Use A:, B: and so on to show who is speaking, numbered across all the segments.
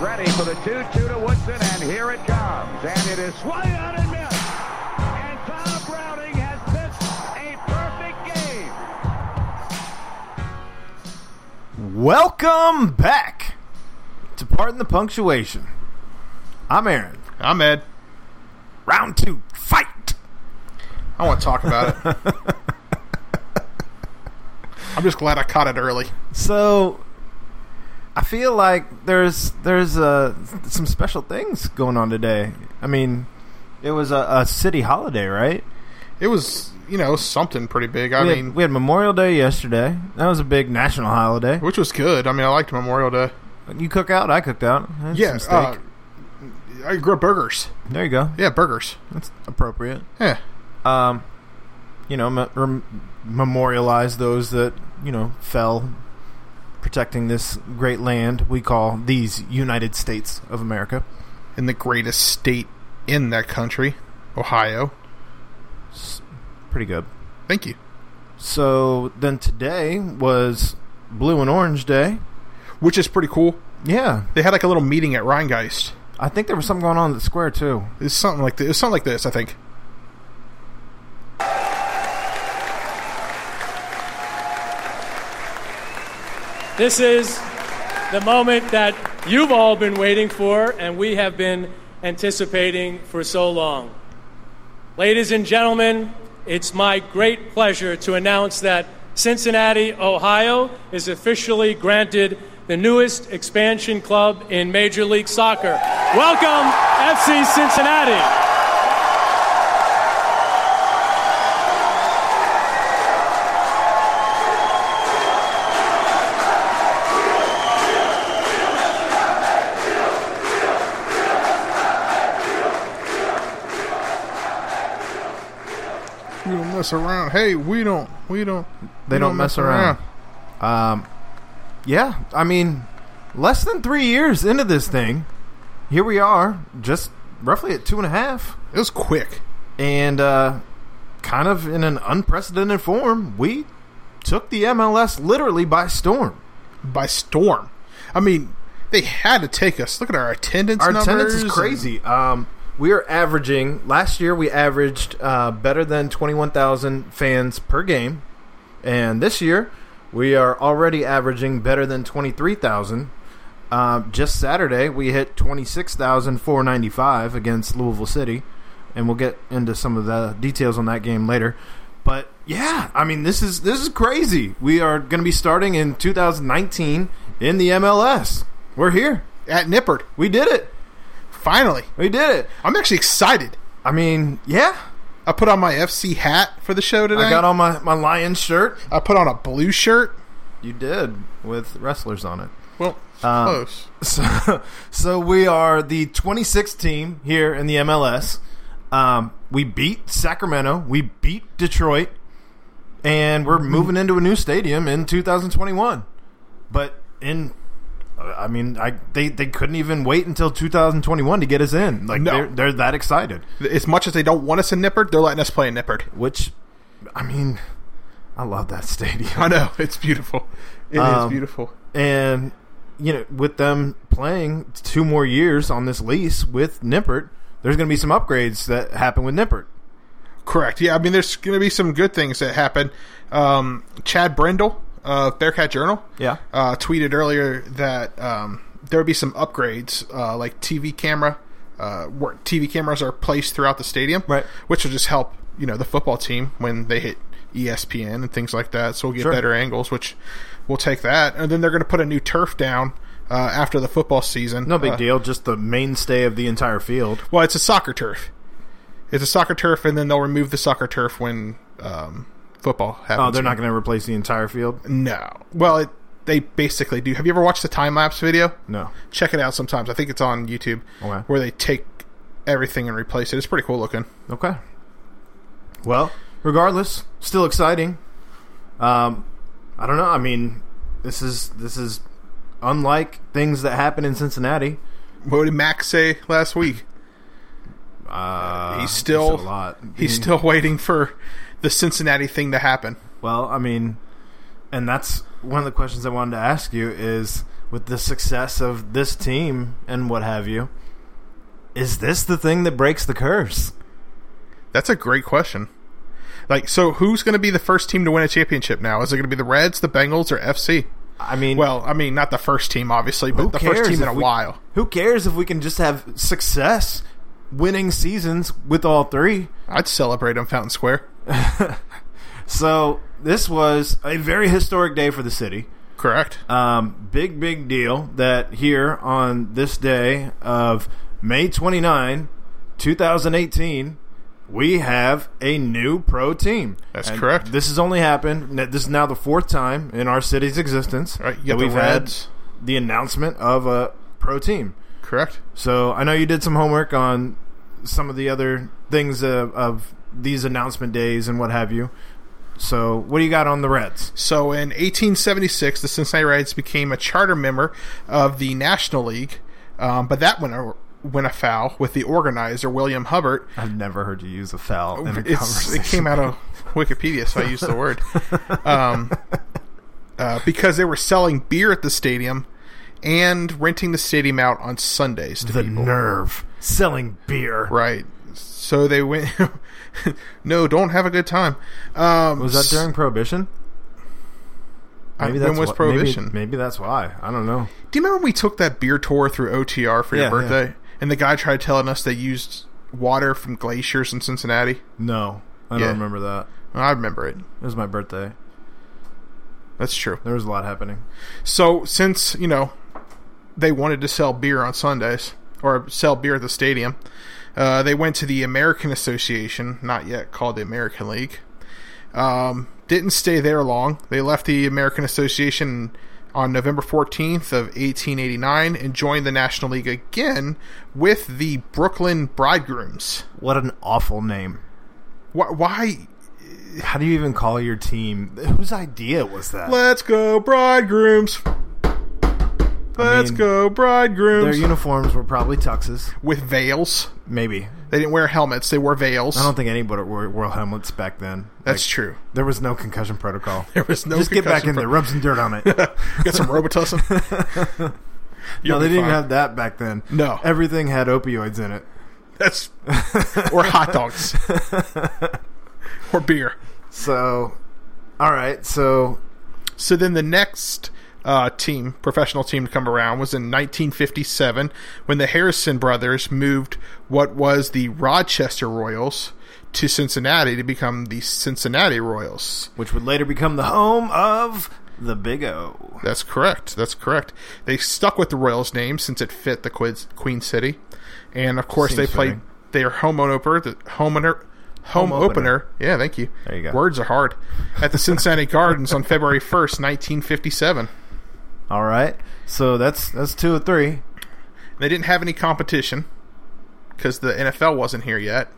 A: ready for the 2-2 to Woodson, and here it comes. And it is swung out and missed. And Tom Browning has pitched a perfect
B: Welcome back to Pardon the Punctuation. I'm Aaron.
C: I'm Ed.
B: Round two, fight.
C: I want to talk about it. I'm just glad I caught it early.
B: So, I feel like there's there's uh, some special things going on today. I mean, it was a, a city holiday, right?
C: It was, you know, something pretty big. I
B: we,
C: mean,
B: had, we had Memorial Day yesterday. That was a big national holiday.
C: which was good. I mean, I liked Memorial Day.
B: You cook out, I cooked out. I had
C: Yeah,
B: some steak.
C: uh, I grilled burgers.
B: there you go.
C: Yeah, burgers.
B: That's appropriate.
C: Yeah,
B: um, you know, me- rem- memorialize those that you know fell protecting this great land we call these United States of America.
C: in the greatest state in that country, Ohio.
B: Pretty good.
C: Thank you.
B: So then today was Blue and Orange Day.
C: Which is pretty cool.
B: Yeah,
C: They had like a little meeting at Rheingeist.
B: I think there was something going on at the square too.
C: It's something like this. It's something like this. I think.
D: This is the moment that you've all been waiting for and we have been anticipating for so long. Ladies and gentlemen, it's my great pleasure to announce that Cincinnati, Ohio is officially granted the newest expansion club in Major League Soccer. Welcome, FC Cincinnati.
C: We don't mess around. Hey, we don't. We don't.
B: They
C: we
B: don't mess around. Um, Yeah, I mean, less than three years into this thing, here we are, just roughly at two and a half.
C: It was quick.
B: and uh, kind of in an unprecedented form, we took the MLS literally by storm.
C: by storm. I mean, they had to take us. Look at our attendance.
B: Our attendance is
C: numbers
B: crazy. Um, we are averaging last year we averaged uh, better than twenty one thousand fans per game, and this year we are already averaging better than twenty three thousand. Uh, just Saturday we hit twenty six thousand four ninety five against Louisville City, and we'll get into some of the details on that game later. But yeah, I mean this is this is crazy. We are going to be starting in 2019 in the MLS. We're here.
C: and- at Nippert.
B: We did it.
C: Finally,
B: We did it.
C: I'm actually excited.
B: I mean, yeah.
C: I put on my FC hat for the show today.
B: I got on my, my lion shirt.
C: I put on a blue shirt.
B: You did with wrestlers on it.
C: Well, close.
B: So, so we are the 26th team here in the MLS. Um, we beat Sacramento. We beat Detroit, and we're
C: Mm-hmm.
B: moving into a new stadium in 2021. But in, I mean, I they, they couldn't even wait until 2021 to get us in. Like
C: No.
B: they're they're that excited.
C: As much as they don't want us in Nippert, they're letting us play in Nippert.
B: Which, I mean, I love that stadium.
C: I know it's beautiful. It is
B: Um,
C: beautiful.
B: and you know with them playing two more years on this lease with Nippert, there's going to be some upgrades that happen with Nippert.
C: Correct. Yeah, I mean, there's going to be some good things that happen. Um, Chad Brindle of Bearcat Journal,
B: Yeah.
C: uh, tweeted earlier that um, there would be some upgrades, uh, like TV camera, uh, where TV cameras are placed throughout the stadium,
B: Right.
C: Which will just help you know the football team when they hit E ESPN and things like that. So we'll get
B: Sure.
C: better angles, which we'll take that. And then they're going to put a new turf down uh, after the football season.
B: No big
C: Uh,
B: deal, just the mainstay of the entire field.
C: well, it's a soccer turf. It's a soccer turf, and then they'll remove the soccer turf when um, football happens.
B: Oh, they're not going to replace the entire field.
C: No. Well, it, they basically do. Have you ever watched the time lapse video?
B: No.
C: Check it out sometimes. I think it's on YouTube
B: Okay.
C: where they take everything and replace it. It's pretty cool looking.
B: Okay. Well, regardless, still exciting. Um, I don't know. I mean, this is this is unlike things that happen in Cincinnati.
C: What did Max say last week?
B: Uh,
C: he's still
B: it's a lot. Mm-hmm.
C: He's still waiting for the Cincinnati thing to happen.
B: Well, I mean, and that's one of the questions I wanted to ask you is with the success of this team and what have you, is this the thing that breaks the curse?
C: That's a great question. Like, so who's going to be the first team to win a championship now? Is it going to be the Reds, the Bengals, or FC?
B: I mean,
C: Well, I mean, not the first team, obviously, but
B: who
C: the
B: cares
C: first team in
B: if
C: a
B: we-
C: while.
B: Who cares if we can just have success, winning seasons with all three?
C: I'd celebrate on Fountain Square.
B: So this was a very historic day for the city.
C: Correct.
B: Um, big, big deal that here on this day of May 29, 2018, we have a new pro team.
C: That's correct.
B: This has only happened, this is now the fourth time in our city's existence
C: Right, you
B: that
C: got the
B: we've had
C: Reds.
B: the announcement of a pro team.
C: Correct.
B: So I know you did some homework on some of the other things of, of these announcement days and what have you. So what do you got on the Reds?
C: So in 1876, the Cincinnati Reds became a charter member of the National League, um, but that went, a, went afoul with the organizer, William Hubbard.
B: I've never heard you use a foul in a
C: Oh, It's,
B: conversation.
C: it came out of Wikipedia, so I used the word. Um, uh, because they were selling beer at the stadium and renting the stadium out on Sundays to
B: the
C: people.
B: nerve selling beer.
C: Right. So they went. no, don't have a good time. Um,
B: Was that during Prohibition?
C: I- when was
B: wh-
C: Prohibition?
B: Maybe, maybe that's why. I don't know.
C: Do you remember when we took that beer tour through OTR for
B: Yeah,
C: your birthday? And the guy tried telling us they used water from glaciers in Cincinnati?
B: No, I
C: Yeah.
B: don't remember that.
C: I remember it.
B: It was my birthday.
C: That's true.
B: There was a lot happening.
C: So since, you know, they wanted to sell beer on Sundays or sell beer at the stadium, uh, they went to the American Association, not yet called the American League. Um, didn't stay there long. They left the American Association on November 14th of 1889 and joined the National League again with the Brooklyn Bridegrooms.
B: What an awful name.
C: Why? why
B: How do you even call your team? Whose idea was that?
C: let's go, bridegrooms. Let's
B: mean,
C: go,
B: Their
C: bridegrooms.
B: uniforms were probably tuxes.
C: with veils.
B: Maybe.
C: They didn't wear helmets. They wore veils.
B: I don't think anybody wore, wore helmets back then.
C: That's
B: Like,
C: true.
B: There was no concussion protocol.
C: There was no
B: Just get back
C: concussion
B: in there,
C: pro-
B: rub some dirt on it. no,
C: Got some Robitussin. You'll
B: they
C: be
B: didn't even
C: fine.
B: have that back then.
C: No.
B: everything had opioids in it.
C: That's or hot dogs or beer.
B: So, all right. So
C: So then the next uh, team, professional team to come around, was in 1957 when the Harrison brothers moved what was the Rochester Royals to Cincinnati to become the Cincinnati Royals.
B: which would later become the home of the Big O.
C: That's correct. That's correct. They stuck with the Royals name since it fit the Quiz- Queen City, and of course
B: Seems
C: they played
B: fitting.
C: their home opener, the home opener, home,
B: Home
C: opener.
B: opener.
C: Yeah, thank you.
B: There you go.
C: Words are hard. At the Cincinnati Gardens on February first, nineteen fifty-seven.
B: All right. So that's that's two or three.
C: They didn't have any competition because the NFL wasn't here yet.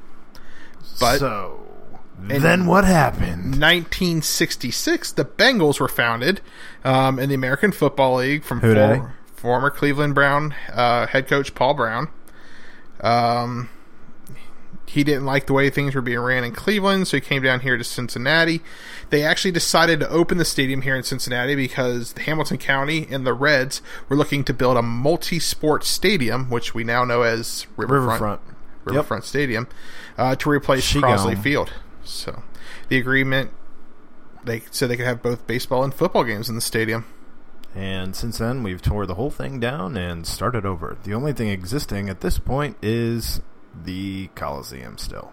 C: But
B: so then what happened?
C: 1966, the Bengals were founded um, in the American Football League from
B: Who dey?
C: former, former Cleveland Brown uh, head coach Paul Brown. Um, he didn't like the way things were being ran in Cleveland, so he came down here to Cincinnati. They actually decided to open the stadium here in Cincinnati because Hamilton County and the Reds were looking to build a multi sport stadium, which we now know as
B: Riverfront. Yep.
C: Riverfront Stadium uh, to replace
B: She
C: Crosley
B: gone.
C: Field. So the agreement they said they could have both baseball and football games in the stadium.
B: And since then, we've tore the whole thing down and started over. The only thing existing at this point is the Coliseum still.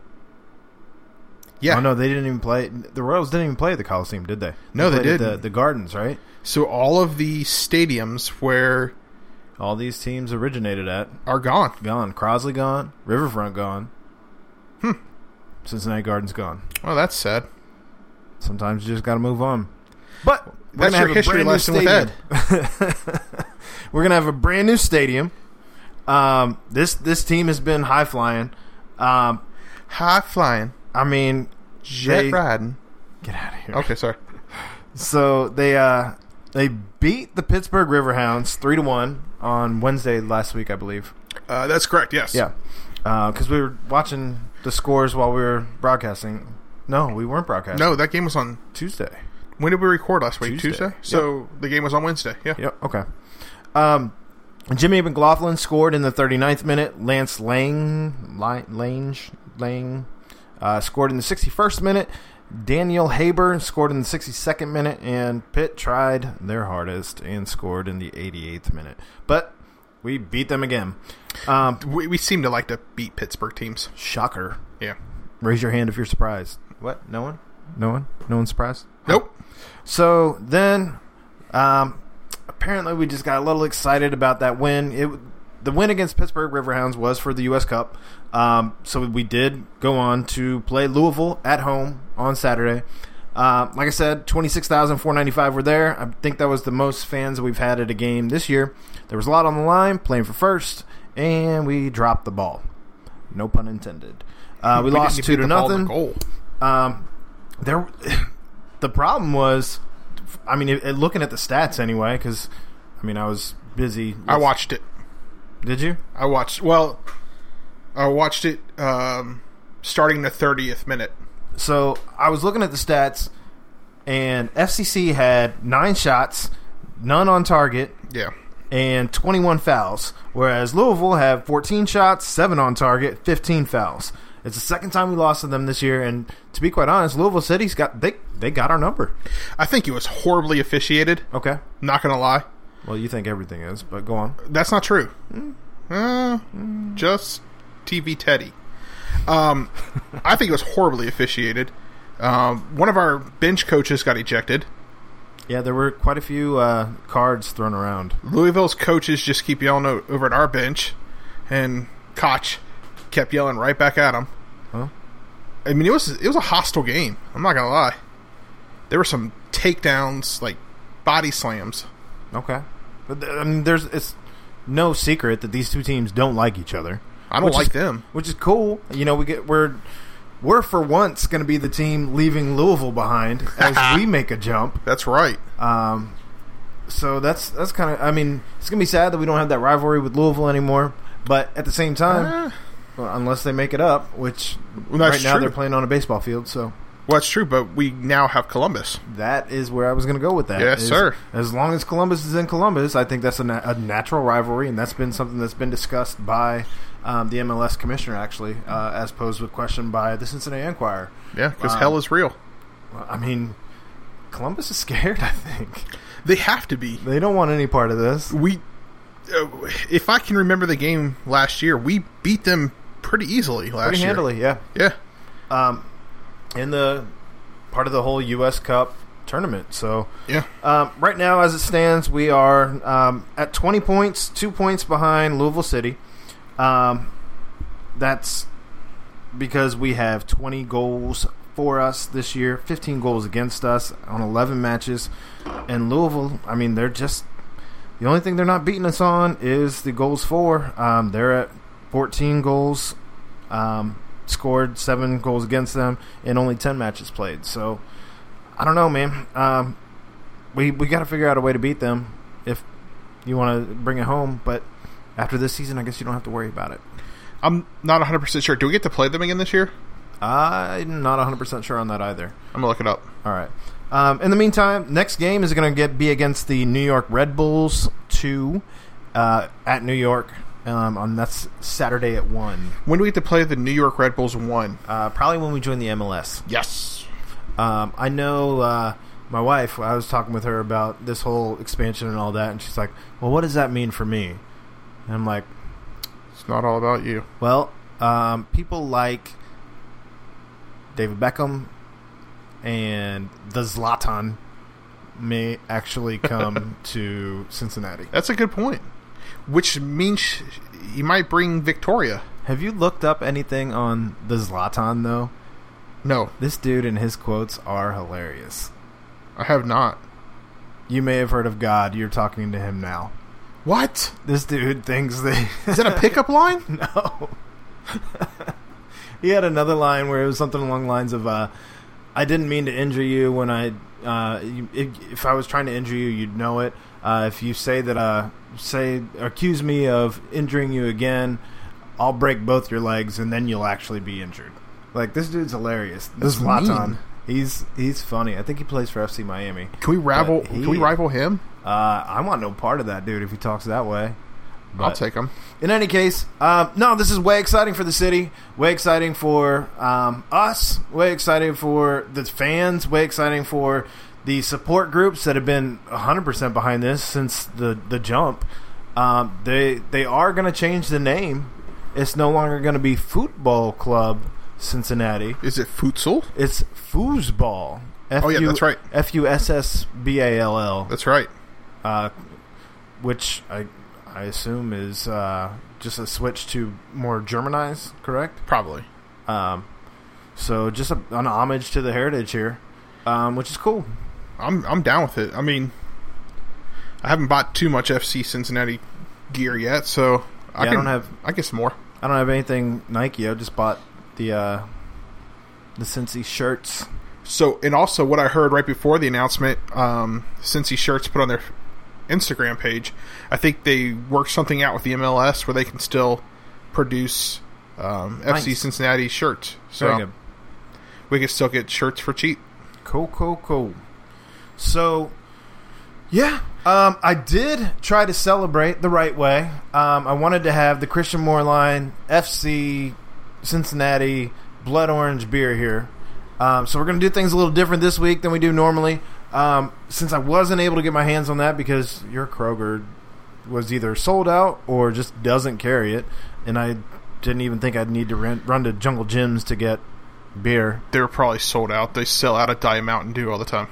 C: Yeah.
B: Oh no, they didn't even play. The Royals didn't even play the Coliseum, did they?
C: No, they
B: played at
C: didn't.
B: The, the Gardens, right?
C: So all of the stadiums where
B: All these teams originated at
C: are gone.
B: gone. Crosley gone. Riverfront gone. Hmm. Cincinnati Gardens gone.
C: Well, that's sad.
B: Sometimes you just got to move on. But we're
C: That's
B: gonna
C: your
B: have
C: history
B: a brand
C: lesson
B: new
C: with
B: stadium. we're gonna have a brand new stadium. Um, this this team has been high flying. Um,
C: High flying,
B: I mean,
C: jet
B: they-
C: riding.
B: get out of here.
C: Okay, sorry.
B: So they uh they beat the Pittsburgh Riverhounds three to one on Wednesday last week, I believe.
C: Uh, that's correct. Yes.
B: Yeah, because we were watching the scores while we were broadcasting. No, we weren't broadcasting.
C: No, that game was on.
B: Tuesday.
C: When did we record last week?
B: Tuesday.
C: Tuesday. So the game was on Wednesday. Yeah.
B: Yep. Okay. Um, Jimmy McLaughlin scored in the 39th minute. Lance Lang, Lang, Lange, Lang uh, scored in the 61st minute. Daniel Haber scored in the 62nd minute, and Pitt tried their hardest and scored in the 88th minute. But we beat them again. Um,
C: We, we seem to like to beat Pittsburgh teams.
B: shocker.
C: Yeah.
B: Raise your hand if you're surprised. What? No one? No one? No one's surprised?
C: Nope.
B: So then, um, apparently, we just got a little excited about that win. It the win against Pittsburgh Riverhounds was for the U.S. Cup. Um, so we did go on to play Louisville at home on Saturday. Uh, like I said, twenty six thousand four ninety five were there. I think that was the most fans we've had at a game this year. There was a lot on the line, playing for first, and we dropped the ball. No pun intended. Uh, we,
C: didn't
B: lost
C: even
B: two
C: beat
B: to
C: the ball in the
B: nothing
C: Goal.
B: um, there the problem was i mean it, it- looking at the stats anyway because i mean i was busy
C: I watched it.
B: did you
C: I watched. Well, I watched it um, starting the thirtieth minute.
B: so i was looking at the stats and fcc had nine shots none on target
C: Yeah.
B: and 21 fouls whereas louisville had 14 shots 7 on target 15 fouls it's the second time we lost to them this year and to be quite honest louisville city's got they they got our number
C: I think it was horribly officiated.
B: okay
C: Not gonna lie.
B: well you think everything is but go on
C: That's not true. Uh, Just TV Teddy. Um, I think it was horribly officiated. Um, one of our bench coaches got ejected.
B: Yeah, there were quite a few uh, cards thrown around.
C: Louisville's coaches just keep yelling o- over at our bench, and Koch kept yelling right back at him.
B: Huh?
C: I mean, it was it was a hostile game. I'm not gonna lie. There were some takedowns, like body slams.
B: Okay, but th- I mean, there's it's no secret that these two teams don't like each other.
C: I don't
B: Which is-
C: like them.
B: which is cool. You know, we get we're we're for once going to be the team leaving Louisville behind as we make a jump.
C: That's right.
B: Um, so that's that's kind of. I mean, it's gonna be sad that we don't have that rivalry with Louisville anymore. But at the same time,
C: Eh,
B: well, unless they make it up, which
C: Well, that's
B: right now
C: true.
B: they're playing on a baseball field, so
C: well, that's true, but we now have Columbus.
B: That is where I was going to go with that.
C: Yes,
B: Is-
C: sir.
B: As long as Columbus is in Columbus, I think that's a, na- a natural rivalry, and that's been something that's been discussed by um, the MLS commissioner, actually, uh, as posed with question by the Cincinnati Enquirer.
C: Yeah, because
B: Wow.
C: hell is real.
B: I mean, Columbus is scared. I think
C: They have to be.
B: they don't want any part of this.
C: We, uh, if I can remember the game last year, we beat them pretty easily last
B: Pretty
C: year.
B: handily, yeah.
C: Yeah,
B: Um, in the part of the whole U.S. Cup tournament, so
C: yeah.
B: Um, right now, as it stands, we are um, at 20 points, two points behind Louisville City. Um, that's because we have 20 goals for us this year, 15 goals against us on 11 matches. And Louisville, I mean, they're just the only thing they're not beating us on is the goals for. Um, they're at 14 goals, um, scored seven goals against them, and only 10 matches played. So I don't know, man. Um, we we got to figure out a way to beat them if you want to bring it home. But after this season, I guess you don't have to worry about it.
C: I'm not 100 percent sure. Do we get to play them again this year?
B: I'm not 100 percent sure on that either.
C: I'm gonna look it up.
B: All right. Um, in the meantime, next game is going to get be against the New York Red Bulls two uh, at New York. Um, on that's Saturday at one.
C: When do we get to play the New York Red Bulls? One.
B: Uh, probably when we join the MLS.
C: Yes.
B: Um, I know uh, my wife. I was talking with her about this whole expansion and all that, and she's like, "Well, what does that mean for me?" And I'm like,
C: It's not all about you.
B: Well, um, people like David Beckham and the Zlatan may actually come to Cincinnati.
C: That's a good point. Which means sh- you might bring Victoria.
B: Have you looked up anything on the Zlatan though?
C: No,
B: This dude and his quotes are hilarious.
C: I have not.
B: You may have heard of God. You're talking to him now.
C: What
B: This dude thinks that
C: is that? A pickup line?
B: No. he had another line where it was something along the lines of, uh, "I didn't mean to injure you when I, uh, you- if, if I was trying to injure you, you'd know it. Uh, if you say that, uh, say accuse me of injuring you again, I'll break both your legs and then you'll actually be injured." Like this dude's hilarious. This
C: That's mean.
B: Laton, he's he's funny. I think he plays for FC Miami.
C: Can we rival?
B: But he-
C: can we rival him?
B: Uh, I want no part of that dude if he talks that way.
C: I'll
B: But-
C: take him.
B: in any case, um, no, this is way exciting for the city, way exciting for um, us, way exciting for the fans, way exciting for the support groups that have been 100% behind this since the, the jump. Um, they they are going to change the name. It's no longer going to be Football Club Cincinnati.
C: Is it Futsal?
B: It's Foosball. F-
C: Oh, yeah, that's right.
B: F U S S B A L L
C: That's right.
B: uh, which I I assume is uh, just a switch to more Germanized, correct?
C: Probably.
B: Um, so just a, an homage to the heritage here, um, which is cool.
C: I'm I'm down with it. I mean, I haven't bought too much FC Cincinnati gear yet, so
B: Yeah,
C: I,
B: I
C: can,
B: don't have-
C: I guess more.
B: I don't have anything Nike. I just bought the uh, the Cincy shirts.
C: So, and also what I heard right before the announcement, um, Cincy Shirts put on their Instagram page, I think they worked something out with the MLS where they can still produce um, FC
B: Nice.
C: Cincinnati shirts.
B: Very
C: So
B: good.
C: we can still get shirts for cheap.
B: Cool, cool, cool. So, yeah, um, I did try to celebrate the right way. Um, I wanted to have the Christian Moore line FC Cincinnati blood orange beer here. Um, so we're going to do things a little different this week than we do normally. Um, since I wasn't able to get my hands on that because your Kroger was either sold out or just doesn't carry it, and I didn't even think I'd need to rent, run to Jungle Gyms to get beer.
C: They're probably sold out. They sell out of Diet Mountain Dew all the time.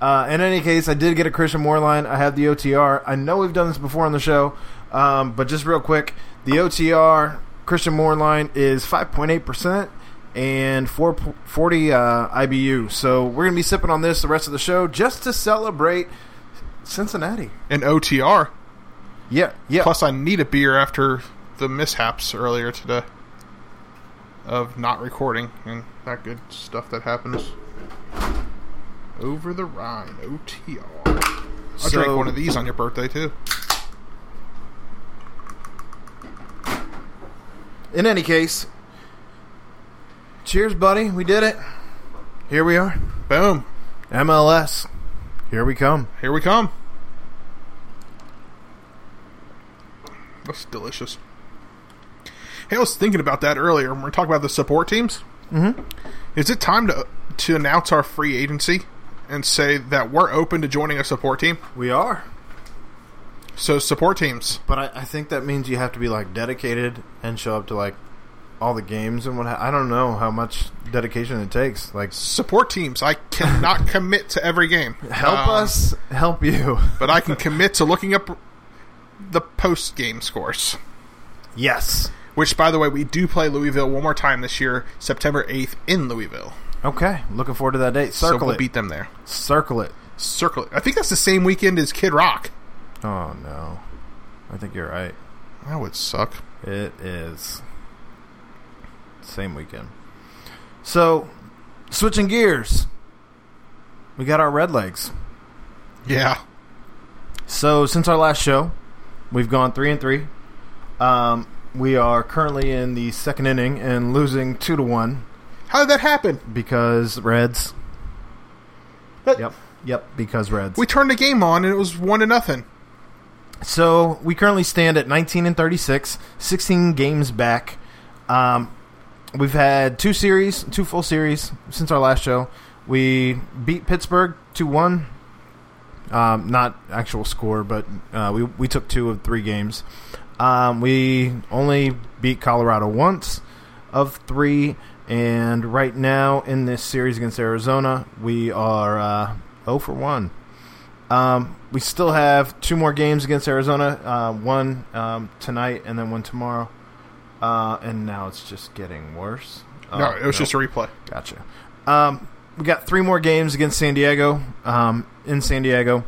B: Uh, in any case, I did get a Christian Moore line. I have the OTR. I know we've done this before on the show, um, but just real quick, the OTR Christian Moore line is 5.8% and 440 uh, IBU. So we're going to be sipping on this the rest of the show just to celebrate Cincinnati.
C: And OTR.
B: Yeah, yeah.
C: Plus, I need a beer after the mishaps earlier today of not recording and that good stuff that happens. Over the Rhine, OTR. I drank
B: So-
C: one of these on your birthday too.
B: in any case, cheers, buddy. We did it. Here we are.
C: Boom!
B: MLS. Here we come.
C: Here we come. That's delicious. Hey, I was thinking about that earlier when we are talking about the support teams. Mm-hmm. Is it time to to announce our free agency and say that we're open to joining a support team?
B: We are.
C: So support teams.
B: But I, I think that means you have to be like dedicated and show up to like all the games and what. Ha- I don't know how much dedication it takes. Like,
C: Support teams. I cannot commit to every game.
B: help
C: Um,
B: us, help you.
C: But I can commit to looking up the post game scores.
B: yes.
C: Which, by the way, we do play Louisville one more time this year, September 8th in Louisville.
B: Okay. Looking forward to that date. Circle
C: so we'll
B: it.
C: beat them there.
B: Circle it.
C: Circle it. I think that's the same weekend as Kid Rock.
B: Oh no. I think you're right.
C: That would suck.
B: It is same weekend. So, switching gears. We got our red legs.
C: Yeah.
B: So since our last show, we've gone three and three. Um, we are currently in the second inning and losing two to one
C: How did that happen?
B: because Reds.
C: But-
B: Yep, yep, because Reds.
C: We turned the game on and it was one to nothing.
B: So we currently stand at 19 and 36, 16 games back. Um, we've had two series, two full series since our last show. We beat Pittsburgh 2 1. Um, not actual score, but uh, we, we took two of three games. Um, we only beat Colorado once of three. And right now in this series against Arizona, we are uh, 0 for 1. Um, we still have two more games against Arizona, uh, one um, tonight and then one tomorrow. Uh, and now it's just getting worse.
C: no,
B: Oh,
C: it was just a replay.
B: gotcha. Um, we got three more games against San Diego um, in San Diego,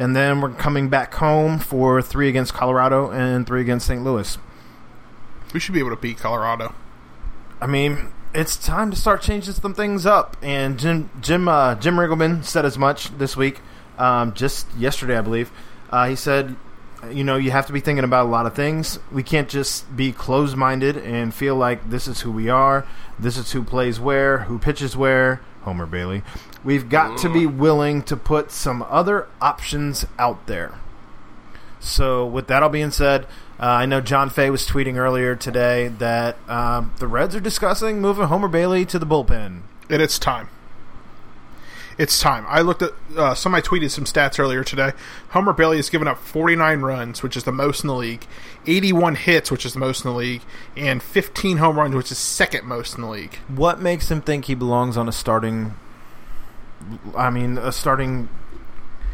B: and then we're coming back home for three against Colorado and three against St. Louis.
C: We should be able to beat Colorado.
B: I mean, it's time to start changing some things up. And Jim Jim uh, Jim Riggleman said as much this week, um, just yesterday, I believe. Uh, he said, you know, you have to be thinking about a lot of things. We can't just be closed minded and feel like this is who we are, this is who plays where, who pitches where, Homer Bailey. We've got to be willing to put some other options out there. So, with that all being said, uh, I know John Fay was tweeting earlier today that um, the Reds are discussing moving Homer Bailey to the bullpen.
C: and it's time. It's time. I looked at uh, somebody tweeted some stats earlier today. Homer Bailey has given up 49 runs, which is the most in the league, 81 hits, which is the most in the league, and 15 home runs, which is second most in the league.
B: What makes him think he belongs on a starting? I mean, a starting.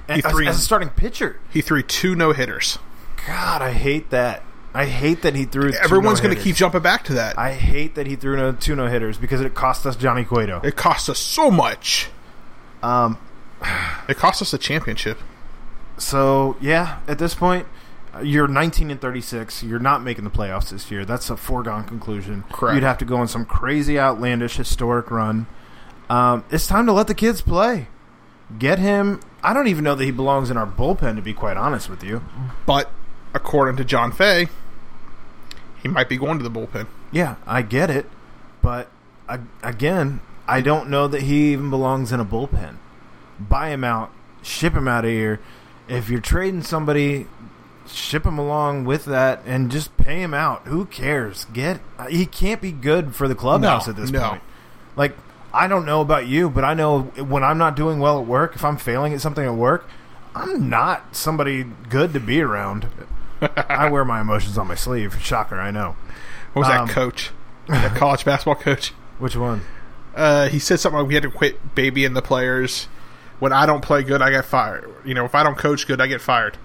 B: As,
C: threw-
B: as a starting pitcher.
C: He threw two no hitters.
B: God, I hate that. I hate that he threw. two
C: Everyone's going to
B: no-hitters.
C: keep jumping back to that.
B: I hate that he threw no, two no hitters because it cost us Johnny Cueto.
C: it cost us so much. Um, it cost us the championship.
B: So yeah, at this point, uh, you're 19 and 36. You're not making the playoffs this year. That's a foregone conclusion.
C: Correct.
B: You'd have to go on some crazy, outlandish, historic run. Um, it's time to let the kids play. Get him. I don't even know that he belongs in our bullpen. To be quite honest with you.
C: But according to John Fay, he might be going to the bullpen.
B: Yeah, I get it, but I, again, I don't know that he even belongs in a bullpen. Buy him out, ship him out of here. If you're trading somebody, ship him along with that and just pay him out. Who cares? Get he can't be good for the clubhouse
C: No,
B: at this
C: no.
B: point. Like I don't know about you, but I know when I'm not doing well at work, if I'm failing at something at work, I'm not somebody good to be around. I wear my emotions on my sleeve. Shocker, I know.
C: What was
B: Um,
C: that coach? That college basketball coach?
B: Which one?
C: Uh, he said something like, we had to quit babying the players. When I don't play good, I get fired. You know, if I don't coach good, I get fired.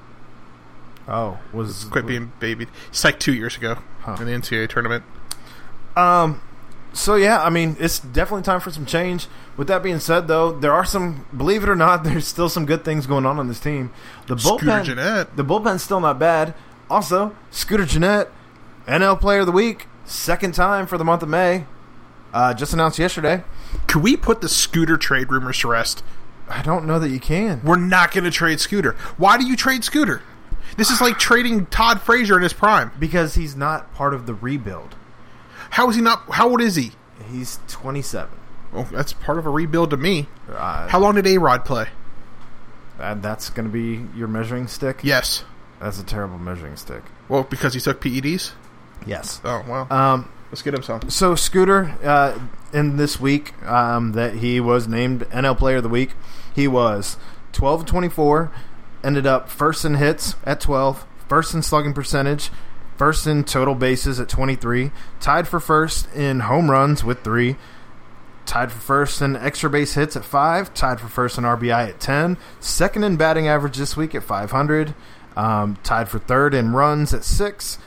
B: Oh, was
C: Quit being babied. It's like two years ago in the NCAA tournament.
B: so yeah. I mean, it's definitely time for some change. With that being said, though, there are some. Believe it or not, there's still some good things going on on this team. The
C: Scooter
B: bullpen,
C: Gennett.
B: the bullpen's still not bad. Also, Scooter Jeanette, NL Player of the Week, second time for the month of May. Uh, just announced yesterday.
C: Can we put the scooter trade rumors to rest?
B: I don't know that you can.
C: We're not going to trade Scooter. Why do you trade Scooter? This is like trading Todd Frazier in his prime.
B: because he's not part of the rebuild.
C: How is he not? How old is he?
B: He's 27.
C: Well, that's part of a rebuild to me.
B: Uh,
C: How long did A Rod play?
B: that- that's going to be your measuring stick.
C: Yes.
B: that's a terrible measuring stick.
C: Well, because he took PEDs.
B: Yes.
C: Oh well.
B: Um,
C: Let's get him some.
B: so Scooter uh, in this week um, that he was named NL Player of the Week. He was 12 of 24, ended up first in hits at 12, first in slugging percentage, first in total bases at 23, tied for first in home runs with 3, tied for first in extra base hits at 5, tied for first in RBI at 10, second in batting average this week at 500, um, tied for third in runs at 6.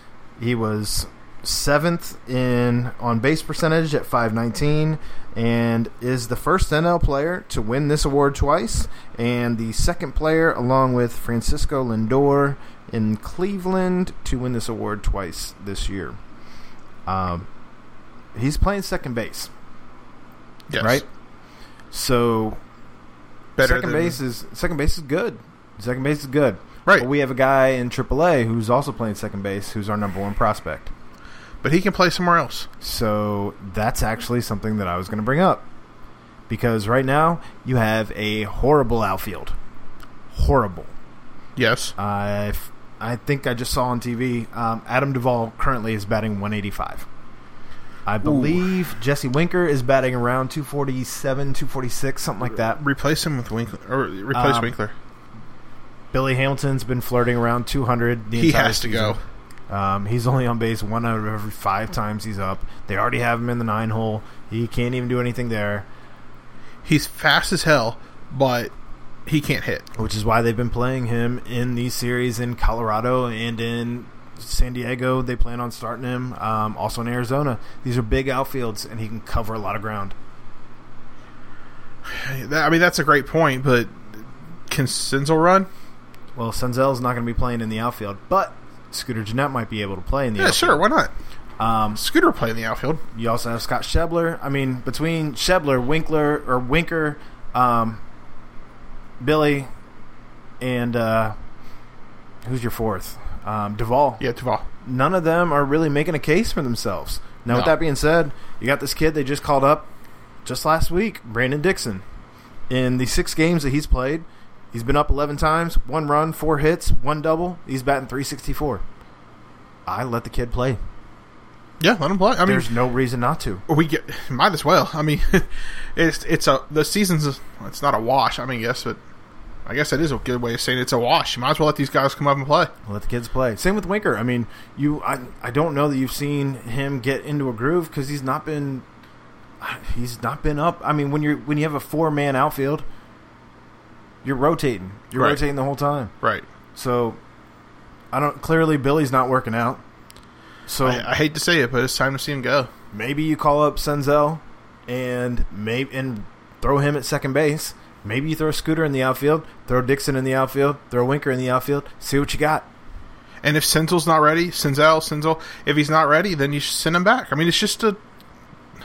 B: He was seventh in on base percentage at 519 and is the first NL player to win this award twice and the second player along with Francisco Lindor in Cleveland to win this award twice this year. Um, he's playing second base,
C: Yes.
B: right? So
C: Better
B: second
C: than
B: base is second base is good. Second base is good.
C: Right.
B: But we have a guy in AAA who's also playing second base who's our number one prospect.
C: but he can play somewhere else.
B: So that's actually something that I was going to bring up. Because right now, you have a horrible outfield. Horrible.
C: Yes.
B: I, f- I think I just saw on TV um, Adam Duvall currently is batting 185. I believe Jesse Winker is batting around 247, 246, something like that.
C: replace him with Winkler or replace
B: Um,
C: Winkler.
B: Billy Hamilton's been flirting around 200. The
C: He
B: entire
C: has to
B: season.
C: go.
B: Um, he's only on base one out of every five times he's up. They already have him in the nine hole. He can't even do anything there.
C: He's fast as hell, but he can't hit.
B: which is why they've been playing him in these series in Colorado and in San Diego. They plan on starting him um, also in Arizona. These are big outfields, and he can cover a lot of ground.
C: That- I mean, that's a great point, but can Sinzel run?
B: Well, Senzel's not going to be playing in the outfield, but Scooter Jeanette might be able to play in the
C: Yeah,
B: outfield.
C: sure. Why not?
B: Um,
C: Scooter play in the outfield.
B: You also have Scott Shebler. I mean, between Shebler, Winkler, or Winker, um, Billy, and uh, who's your fourth? um, Duvall.
C: Yeah, Duval.
B: None of them are really making a case for themselves. Now, with
C: No.
B: that being said, you got this kid they just called up just last week, Brandon Dixon. In the six games that he's played, he's been up 11 times, one run, four hits, one double. He's batting 364. I let the kid play.
C: Yeah, let him play. I mean,
B: There's no reason not to.
C: we get might as well. I mean, it's it's a the season's it's not a wash. I mean, yes, but I guess that is a good way of saying it's a wash. You might as well let these guys come up and play.
B: Let the kids play. Same with Winker. I mean, you. I, I don't know that you've seen him get into a groove because he's not been. He's not been up. I mean, when you're when you have a four man outfield, you're rotating. You're
C: Right.
B: rotating the whole time.
C: Right.
B: So, I don't. Clearly, Billy's not working out. So
C: I, I hate to say it, but it's time to see him go.
B: maybe you call up Senzel and maybe and throw him at second base. Maybe you throw Scooter in the outfield, throw Dixon in the outfield, throw Winker in the outfield. See what you got.
C: And if Senzel's not ready, Senzel, Senzel, if he's not ready, then you should send him back. I mean, it's just a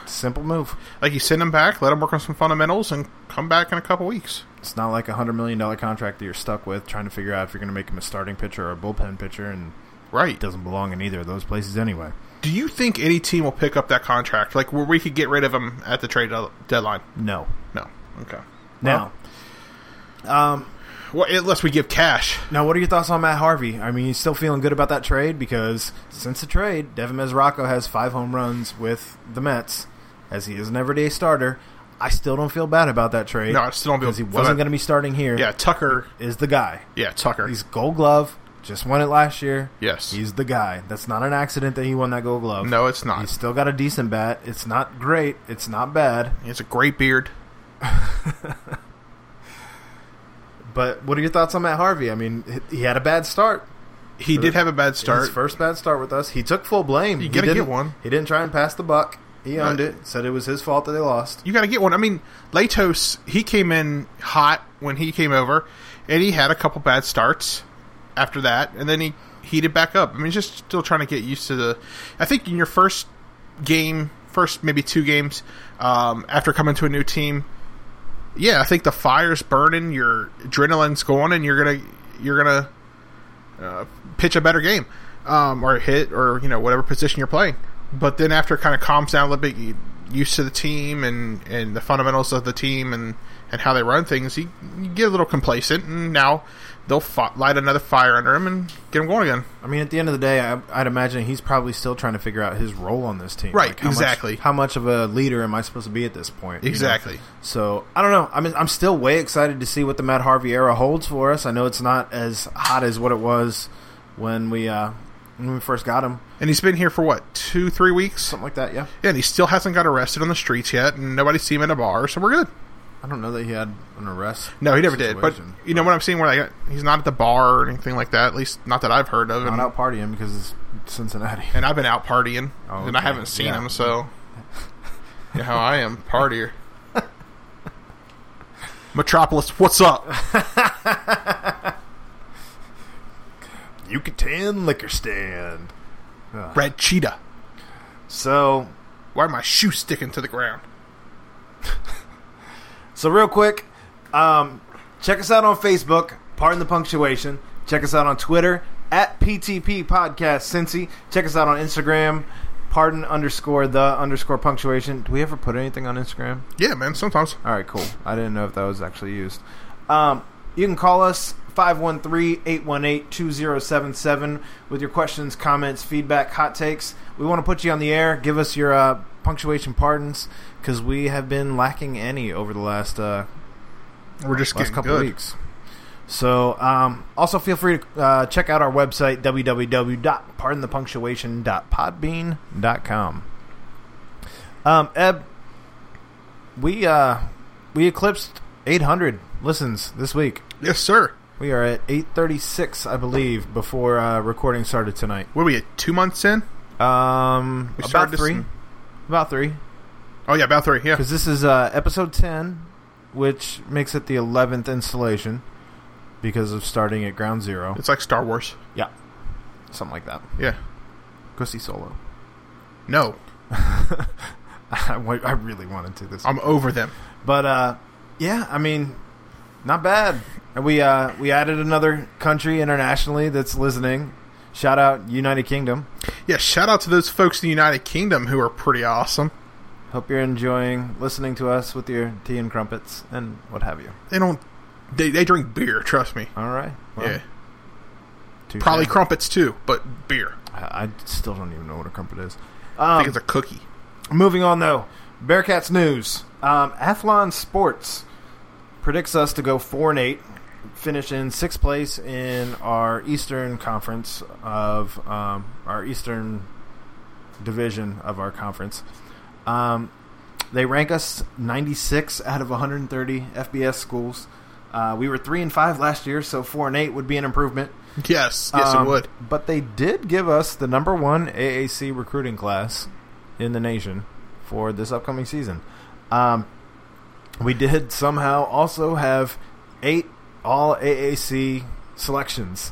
B: Simple move.
C: like you send him back, let him work on some fundamentals, and come back in a couple weeks.
B: It's not like a hundred million dollar contract that you're stuck with trying to figure out if you're going to make him a starting pitcher or a bullpen pitcher, and
C: Right.
B: he doesn't belong in either of those places anyway.
C: Do you think any team will pick up that contract, like where we could get rid of him at the trade del- deadline?
B: No.
C: No. Okay.
B: Now,
C: Well, unless we give cash.
B: now, what are your thoughts on Matt Harvey? I mean, you still feeling good about that trade because since the trade, Devin Mesoraco has five home runs with the Mets, as he is an everyday starter. I still don't feel bad about that trade.
C: No, I still don't feel-
B: because he
C: feel
B: wasn't
C: bad.
B: going to be starting here.
C: Yeah, Tucker.
B: is the guy.
C: Yeah, Tucker.
B: He's Gold Glove. Just won it last year.
C: Yes.
B: he's the guy. That's not an accident that he won that Gold Glove.
C: no, it's not.
B: He's still got a decent bat. It's not great. It's not bad.
C: He has a great beard.
B: But what are your thoughts on Matt Harvey? I mean, he- he had a bad start.
C: He did have a bad start.
B: His first bad start with us. He took full blame.
C: You
B: He
C: gotta get
B: didn't-
C: one.
B: He didn't try and pass the buck. He owned
C: No.
B: it. Said it was his fault that they lost.
C: you got to get one. I mean, Latos, he came in hot when he came over, and he had a couple bad starts after that, and then he heated back up. I mean, just still trying to get used to the. I think in your first game, first maybe two games, um, after coming to a new team, yeah, I think the fire's burning, your adrenaline's going, and you're gonna you're gonna pitch a better game um, or hit or you know whatever position you're playing. But then after it kind of calms down a little bit, you get used to the team and, and the fundamentals of the team and, and how they run things, you, you get a little complacent, and now they'll fi- light another fire under him and get him going again.
B: I mean, at the end of the day, I, I'd imagine he's probably still trying to figure out his role on this team.
C: Right,
B: how much-
C: exactly.
B: how much of a leader am I supposed to be at this point? you know?
C: Exactly.
B: So I don't know. I mean, I'm still way excited to see what the Matt Harvey era holds for us. I know it's not as hot as what it was when we uh, when we first got him,
C: And he's been here for what two, three weeks,
B: something like that. Yeah,
C: and he still hasn't got arrested on the streets yet, and nobody's seen him in a bar, so we're good.
B: I don't know that he had an arrest.
C: No, he never did. But
B: situation.
C: you know what I'm seeing? Where like, he's not at the bar or anything like that. At least not that I've heard of.
B: not
C: and-
B: out partying because it's Cincinnati.
C: and I've been out partying,
B: Oh,
C: and I
B: okay.
C: haven't seen
B: Yeah.
C: him, so you know how I am, partier. Metropolis, what's up?
B: Yucatan liquor stand. Uh,
C: Red cheetah.
B: So
C: Why are my shoes sticking to the ground?
B: So real quick, um, check us out on Facebook. Pardon the punctuation. Check us out on Twitter at PTP Podcast Cincy. Check us out on Instagram. Pardon underscore the underscore punctuation. Do we ever put anything on Instagram?
C: Yeah, man. Sometimes
B: All right, cool. I didn't know if that was actually used. Um, you can call us 513-818-2077 with your questions, comments, feedback, hot takes. We want to put you on the air. Give us your uh, punctuation pardons because we have been lacking any over the last uh,
C: we're just
B: last
C: getting
B: couple
C: good.
B: of weeks. So, um, also feel free to uh, check out our website www.pardonthepunctuation.podbean.com. Um, Eb, we uh, we eclipsed 800 listens this week.
C: Yes, sir.
B: We are at 836, I believe, before uh, recording started tonight.
C: What are we at? Two months in?
B: Um,
C: We started
B: about
C: this
B: three,
C: in-
B: about three,
C: Oh yeah, about three. Yeah.
B: because this is uh, episode 10, which makes it the 11th installation because of starting at ground zero.
C: It's like Star Wars.
B: Yeah. Something like that.
C: Yeah.
B: Go see Solo.
C: No,
B: I wa- I really wanted to this.
C: I'm over them.
B: But uh yeah, I mean not bad. And We uh we added another country internationally that's listening. Shout out United Kingdom.
C: Yeah, shout out to those folks in the United Kingdom who are pretty awesome.
B: Hope you're enjoying listening to us with your tea and crumpets and what have you.
C: They don't. They, they drink beer. Trust me.
B: All right. Well,
C: yeah,
B: touche.
C: probably crumpets too, but beer.
B: I I still don't even know what a crumpet is.
C: I
B: Um,
C: think it's a cookie.
B: Moving on though, Bearcats news. Um, Athlon Sports predicts us to go four and eight, finish in sixth place in our Eastern Conference of um, our Eastern division of our conference. Um, they rank us 96 out of 130 FBS schools. Uh, we were three and five last year, so four and eight would be an improvement.
C: Yes, yes,
B: Um,
C: it would.
B: But they did give us the number one AAC recruiting class in the nation for this upcoming season. Um, we did somehow also have eight all AAC selections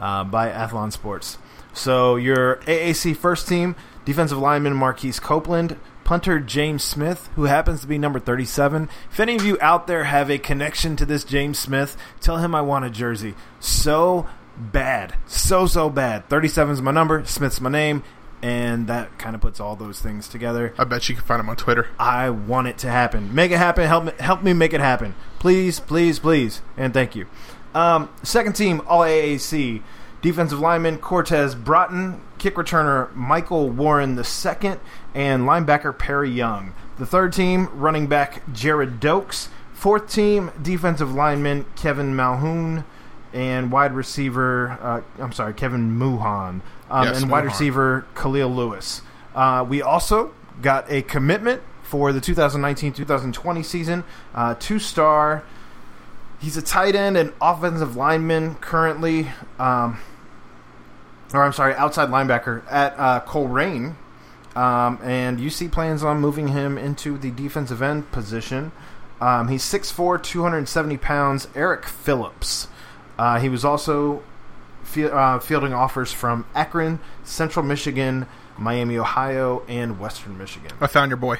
B: uh, by Athlon Sports. So your AAC first team defensive lineman Marquise Copeland, punter James Smith, who happens to be number 37. If any of you out there have a connection to this James Smith, tell him I want a jersey. So bad, so so bad. 37 is my number, Smith's my name, and that kind of puts all those things together.
C: I bet you can find them on Twitter.
B: I want it to happen. Make it happen. Help me, help me make it happen. Please, please, please, and thank you. Um, second team All AAC defensive lineman Cortez Broughton, kick returner Michael Warren II, and linebacker Perry Young. The third team running back Jared Dokes. Fourth team defensive lineman Kevin Malhoun and wide receiver. Uh, I'm sorry, Kevin Muhan um,
C: Yes,
B: and wide
C: Muhan.
B: receiver Khalil Lewis. Uh, we also got a commitment for the 2019-2020 season. Uh, two-star. He's a tight end and offensive lineman currently, um, or I'm sorry, outside linebacker at uh, Coleraine. Um, and UC plans on moving him into the defensive end position. Um, he's 6'4, 270 pounds, Eric Phillips. Uh, he was also fi- uh, fielding offers from Akron, Central Michigan, Miami, Ohio, and Western Michigan.
C: I found your boy.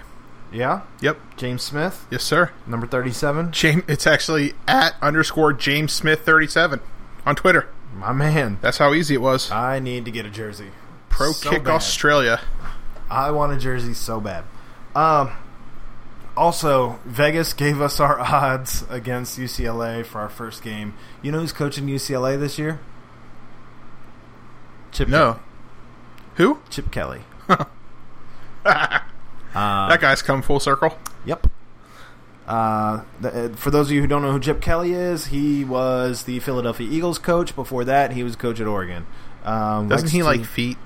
B: Yeah?
C: Yep.
B: James Smith,
C: Yes, sir.
B: number 37.
C: James. It's actually at underscore James Smith thirty seven on Twitter.
B: My man.
C: That's how easy it was.
B: I need to get a jersey.
C: Pro
B: so
C: Kick
B: bad.
C: Australia.
B: I want a jersey so bad. Um, also, Vegas gave us our odds against UCLA for our first game. You know who's coaching UCLA this year? Chip
C: No. Who?
B: Chip Kelly. Uh,
C: that guy's come full circle.
B: Yep. Uh, th- uh, for those of you who don't know who Chip Kelly is, he was the Philadelphia Eagles coach. Before that, he was coach at Oregon. Um,
C: Doesn't
B: likes
C: he
B: to-
C: like feet?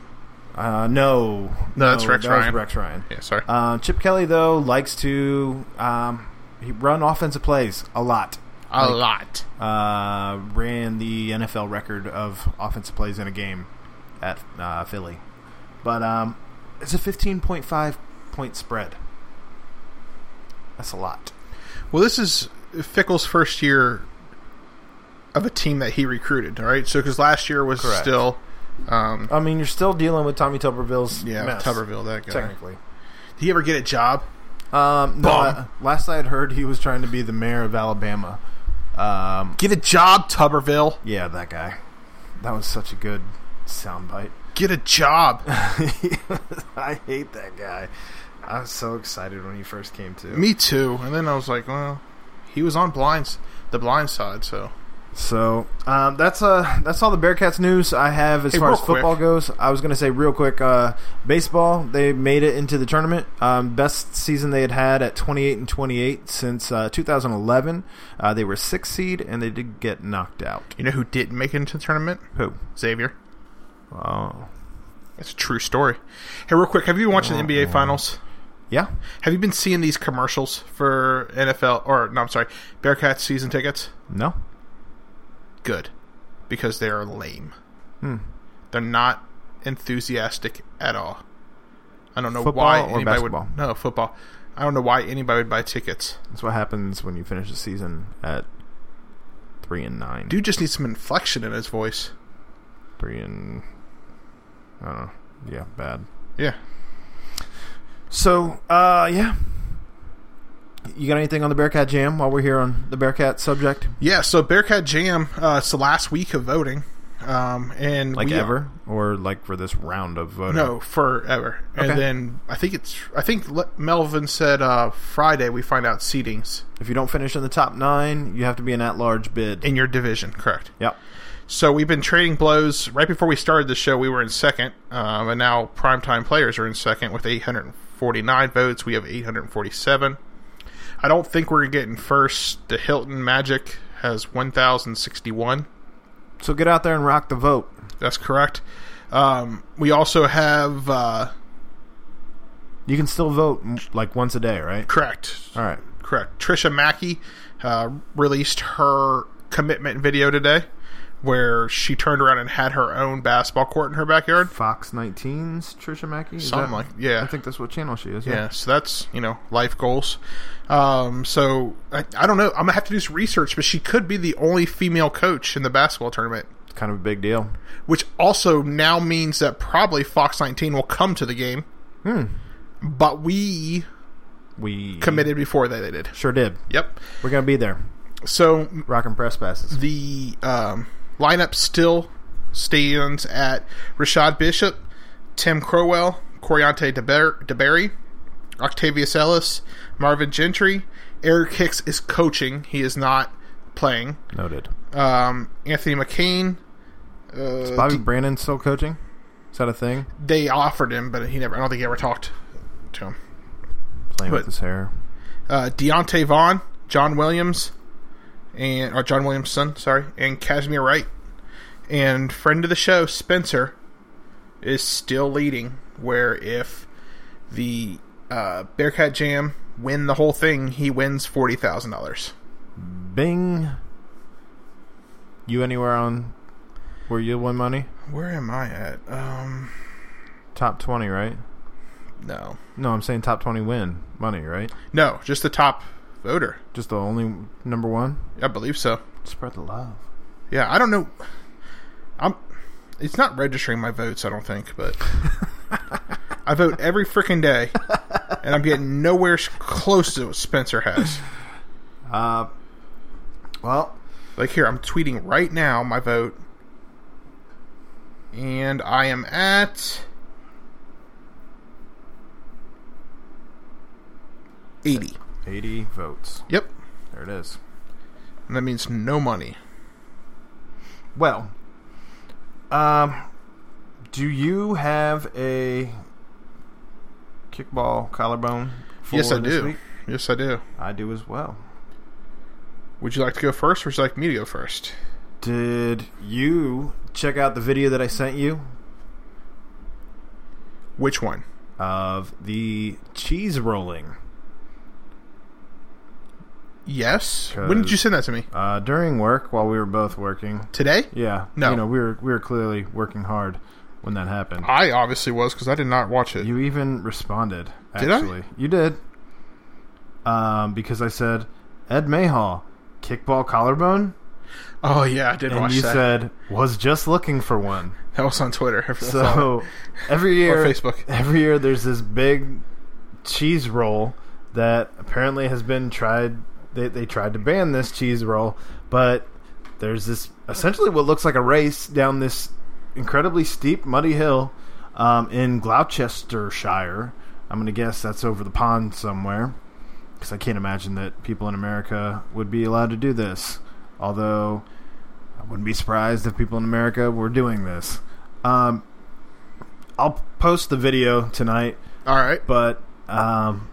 B: Uh, no,
C: No, that's Rex
B: that was
C: Ryan.
B: Rex Ryan.
C: Yeah, sorry.
B: Uh, Chip Kelly though likes to um, he run offensive plays a lot.
C: a lot.
B: Uh, ran the NFL record of offensive plays in a game at uh, Philly, but um, it's a fifteen point five point spread. That's a lot.
C: Well, this is Fickle's first year of a team that he recruited. All right, so because last year was
B: Correct.
C: still, um,
B: I mean, you're still dealing with Tommy Tuberville's
C: yeah,
B: mess,
C: Tuberville. That guy.
B: technically.
C: Did he ever get a job?
B: Um, no,
C: Bum.
B: uh, last I had heard, he was trying to be the mayor of Alabama. Um,
C: Get a job, Tuberville.
B: yeah, that guy. That was such a good soundbite.
C: Get a job.
B: I hate that guy. I was so excited when he first came to.
C: Me too. And then I was like, well, he was on blinds, the blind side. So
B: So um, that's uh that's all the Bearcats news I have as
C: Hey,
B: far
C: real
B: as football
C: quick.
B: goes. I was gonna say real quick, uh, baseball they made it into the tournament. Um, best season they had had at twenty eight and twenty eight since uh, two thousand eleven. Uh, they were sixth seed and they did get knocked out.
C: you know who didn't make it into the tournament?
B: Who?
C: Xavier.
B: Oh,
C: It's a true story. Hey, real quick, have you been watching the NBA Finals?
B: yeah.
C: Have you been seeing these commercials for NFL or no? I'm sorry, Bearcats season tickets.
B: No.
C: good because they are lame.
B: Hmm.
C: They're not enthusiastic at all. I don't know
B: Football
C: why
B: or
C: anybody
B: basketball?
C: would no football. I don't know why anybody would buy tickets.
B: That's what happens when you finish the season at three and nine.
C: Dude just needs some inflection in his voice.
B: Three and I don't know. Yeah, bad.
C: Yeah.
B: So, uh, yeah. You got anything on the Bearcat Jam while we're here on the Bearcat subject?
C: Yeah, so Bearcat Jam, uh, it's the last week of voting. Um, and
B: Like
C: we-
B: ever? Or like for this round of voting?
C: No, forever.
B: Okay.
C: And then I think it's I think Le- Melvin said uh, Friday we find out seedings
B: If you don't finish in the top nine, you have to be an at large bid.
C: in your division, correct?
B: Yep.
C: So we've been trading blows. Right before we started the show, we were in second, um, and now primetime players are in second with 849 votes. We have 847. I don't think we're getting first. The Hilton Magic has 1,061.
B: So get out there and rock the vote.
C: That's correct. Um, we also have uh,
B: You can still vote m- like once a day, right?
C: correct.
B: All right.
C: Correct. Trisha Mackey uh, released her commitment video today, where she turned around and had her own basketball court in her backyard.
B: Fox 19's Trisha Mackey? Is
C: Something
B: that-
C: like yeah.
B: I think that's what channel she is.
C: Yeah, so that's you know life goals. Um, so I, I don't know. I'm gonna have to do some research, but she could be the only female coach in the basketball tournament,
B: It's kind of a big deal.
C: which also now means that probably Fox 19 will come to the game. Hmm. But we
B: We
C: committed before they, they did.
B: Sure did.
C: Yep.
B: We're going to be there.
C: So
B: Rocking press passes.
C: the um, lineup still stands at Rashad Bishop, Tim Crowell, Coriante DeBer- DeBerry, Octavius Ellis, Marvin Gentry. Eric Hicks is coaching. He is not playing.
B: Noted.
C: Um, Anthony McCain, uh,
B: Is Bobby Brandon still coaching? Is that a thing?
C: they offered him, but he never. I don't think he ever talked to him.
B: Playing with
C: But-
B: his hair.
C: Uh, Deontay Vaughn, John Williams, and or John Williamson, sorry, and Casimir Wright, and friend of the show Spencer is still leading. Where if the uh, Bearcat Jam win the whole thing, he wins forty thousand dollars.
B: Bing. You anywhere on where you win money?
C: Where am I at? Um,
B: Top 20, right?
C: no,
B: No, I'm saying top 20 win money, right?
C: no, just the top voter.
B: Just the only number one?
C: I believe so.
B: Spread the love.
C: Yeah, I don't know. I'm. It's not registering my votes. I don't think, but I vote every freaking day, and I'm getting nowhere s- close to what Spencer has.
B: Uh, well,
C: Like here, I'm tweeting right now my vote, and I am at eighty.
B: 80 votes.
C: Yep,
B: There it is.
C: and that means no money.
B: Well, um, do you have a kickball collarbone? For
C: yes, I
B: this
C: do.
B: Week?
C: Yes, I do.
B: I do as well.
C: Would you like to go first, or would you like me to go first?
B: Did you check out the video that I sent you
C: Which one?
B: of the cheese rolling
C: Yes. When did you send that to me?
B: uh, during work while we were both working?
C: Today?
B: Yeah,
C: No.
B: you know we were we were clearly working hard when that happened.
C: I obviously was because I did not watch it.
B: You even responded.
C: Did I?
B: Actually, you did. Um, because I said Ed Mayhall kickball collarbone.
C: oh yeah, I did
B: and
C: watch
B: you
C: that.
B: said was just looking for one.
C: that was on Twitter. I saw that.
B: So every year,
C: Or Facebook.
B: every year there's this big cheese roll that apparently has been tried. They they tried to ban this cheese roll, but there's this essentially what looks like a race down this incredibly steep, muddy hill um, in Gloucestershire. I'm gonna guess that's over the pond somewhere because I can't imagine that people in America would be allowed to do this. Although I wouldn't be surprised if people in America were doing this. Um, I'll post the video tonight,
C: all right,
B: but um,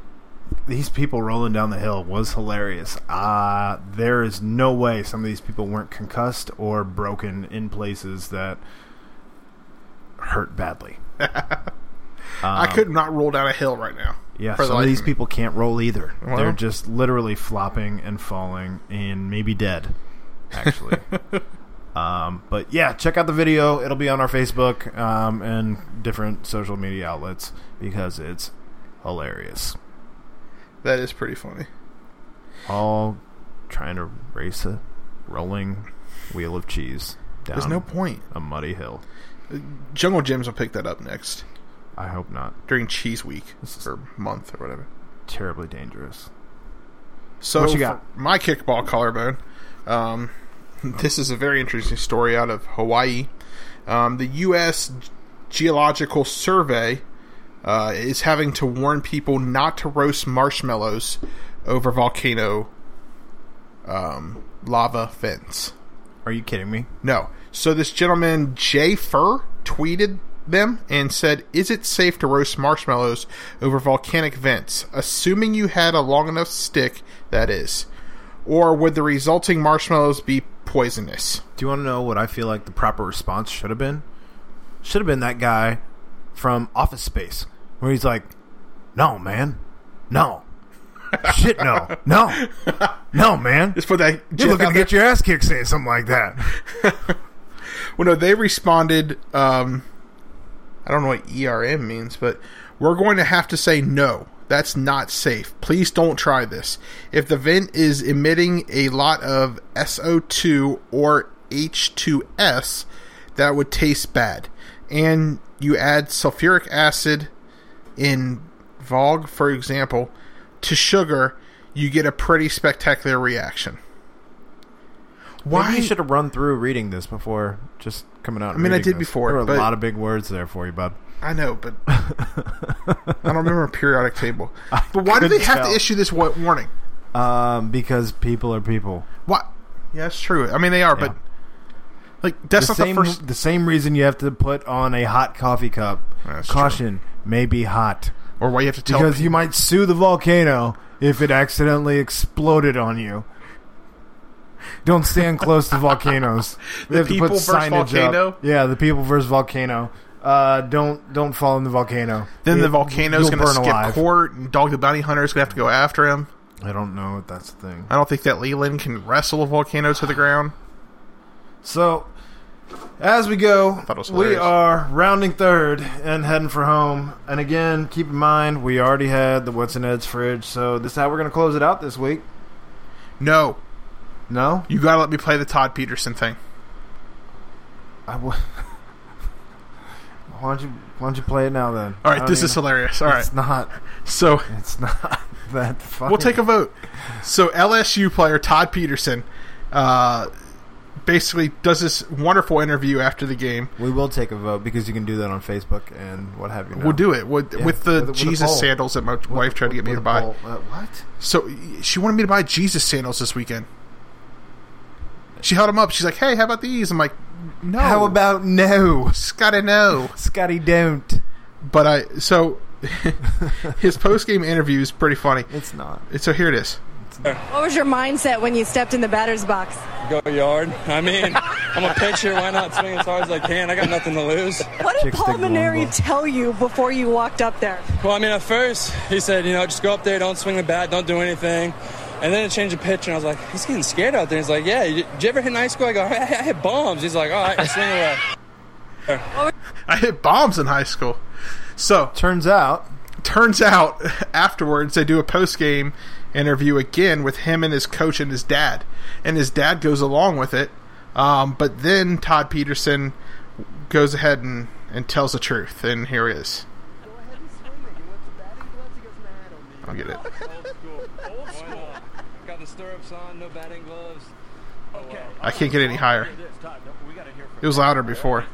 B: these people rolling down the hill was hilarious. Uh, there is no way some of these people weren't concussed or broken in places that hurt badly.
C: I could not roll down a hill right now.
B: um, Yeah,
C: for the
B: some of
C: life
B: these
C: me.
B: people can't roll either.
C: Well.
B: They're just literally flopping and falling and maybe dead, actually. um, but yeah, check out the video. It'll be on our Facebook um, and different social media outlets because it's hilarious.
C: That is pretty funny.
B: All trying to race a rolling wheel of cheese down
C: There's no point.
B: a muddy hill.
C: Jungle Gyms will pick that up next
B: I hope not.
C: during Cheese Week
B: is-
C: or month or whatever.
B: Terribly dangerous.
C: So
B: What you got?
C: for my kickball collarbone. Um, this is a very interesting story out of Hawaii. Um, the U.S. Geological Survey uh, is having to warn people not to roast marshmallows over volcano um, lava vents.
B: Are you kidding me?
C: No. So this gentleman, Jay Fur, tweeted them and said, Is it safe to roast marshmallows over volcanic vents? Assuming you had a long enough stick, that is. Or would the resulting marshmallows be poisonous?
B: Do you want to know what I feel like the proper response should have been? Should have been that guy from Office Space, where he's like, "No, man, no, shit, no, no, no, man,
C: Just put that.
B: you're
C: gif
B: looking
C: out
B: to get your ass kicked saying something like that."
C: Well, no, they responded. Um, I don't know what ERM means, but we're going to have to say no. That's not safe. Please don't try this. If the vent is emitting a lot of SO2 or H2S, that would taste bad. And you add sulfuric acid in Vogue, for example, to sugar, you get a pretty spectacular reaction.
B: Why you should have run through reading this before just coming out? I
C: mean, I did before,
B: There were
C: but-
B: a lot of big words there for you, bub.
C: I know, but I don't remember a periodic table. But why do they
B: couldn't
C: have to
B: tell.
C: issue this wa- warning?
B: Um, because people are people.
C: What? Yeah, it's true. I mean, they are, but like that's
B: the
C: not
B: same,
C: the first.
B: the same reason you have to put on a hot coffee cup.
C: That's true.
B: Caution may be hot
C: Or why you have to tell?
B: because you might sue the volcano if it accidentally exploded on you. Don't stand close to volcanoes. We
C: The
B: have to put
C: people versus
B: signage up.
C: volcano?
B: Yeah, the people versus volcano. Uh, don't don't fall in the volcano.
C: then
B: It-
C: the volcano's
B: you'll
C: going to
B: burn
C: skip
B: alive.
C: court, and Dog the Bounty Hunter is going to have to go after him.
B: I don't know if that's the thing.
C: I don't think that Leland can wrestle a volcano to the ground.
B: So, as we go,
C: thought it was
B: we
C: hilarious.
B: are rounding third and heading for home. And again, keep in mind, we already had the What's in Ed's fridge, so this is how we're going to close it out this week.
C: No,
B: No?
C: you got to let me play the Todd Peterson thing.
B: I w- why, don't you, why don't you play it now then? I
C: All right,
B: don't
C: this is
B: even-
C: hilarious. All right,
B: It's not.
C: so
B: It's not that funny.
C: We'll take a vote. So LSU player Todd Peterson uh, basically does this wonderful interview after the game.
B: We will take a vote because you can do that on Facebook and what have you. now.
C: We'll do it with,
B: Yeah.
C: with the
B: With a- with a
C: Jesus
B: poll.
C: sandals that my wife tried to get me
B: With
C: to
B: a
C: buy.
B: poll. Uh, what?
C: So she wanted me to buy Jesus sandals this weekend. She held them up. She's like, "Hey, how about these?" I'm like, "No,
B: How about no?
C: Scotty? No."
B: Scotty, don't.
C: But I so his post game interview is pretty funny.
B: It's not.
C: So here it is.
E: What was your mindset when you stepped in the batter's box?
F: go yard. I mean, I'm a pitcher. Why not swing as hard as I can? I got nothing to lose.
E: What did
B: Chicks
E: Paul
B: dig the long
E: Maneri
B: ball.
E: tell you before you walked up there?
F: Well, I mean, at first he said, you know, just go up there, don't swing the bat, don't do anything. And then it changed the pitch, and I was like, he's getting scared out there. He's like, yeah, you- did you ever hit in high school? I go, I, I hit bombs. He's like, all right, swing away.
C: I hit bombs in high school. So
B: Turns out
C: turns out afterwards they do a post game interview again with him and his coach and his dad, and his dad goes along with it. Um, but then Todd Peterson goes ahead and, and tells the truth, and here he is. I'll get it.
F: Got the stirrups on, no batting gloves.
C: I can't get any higher. It was louder before.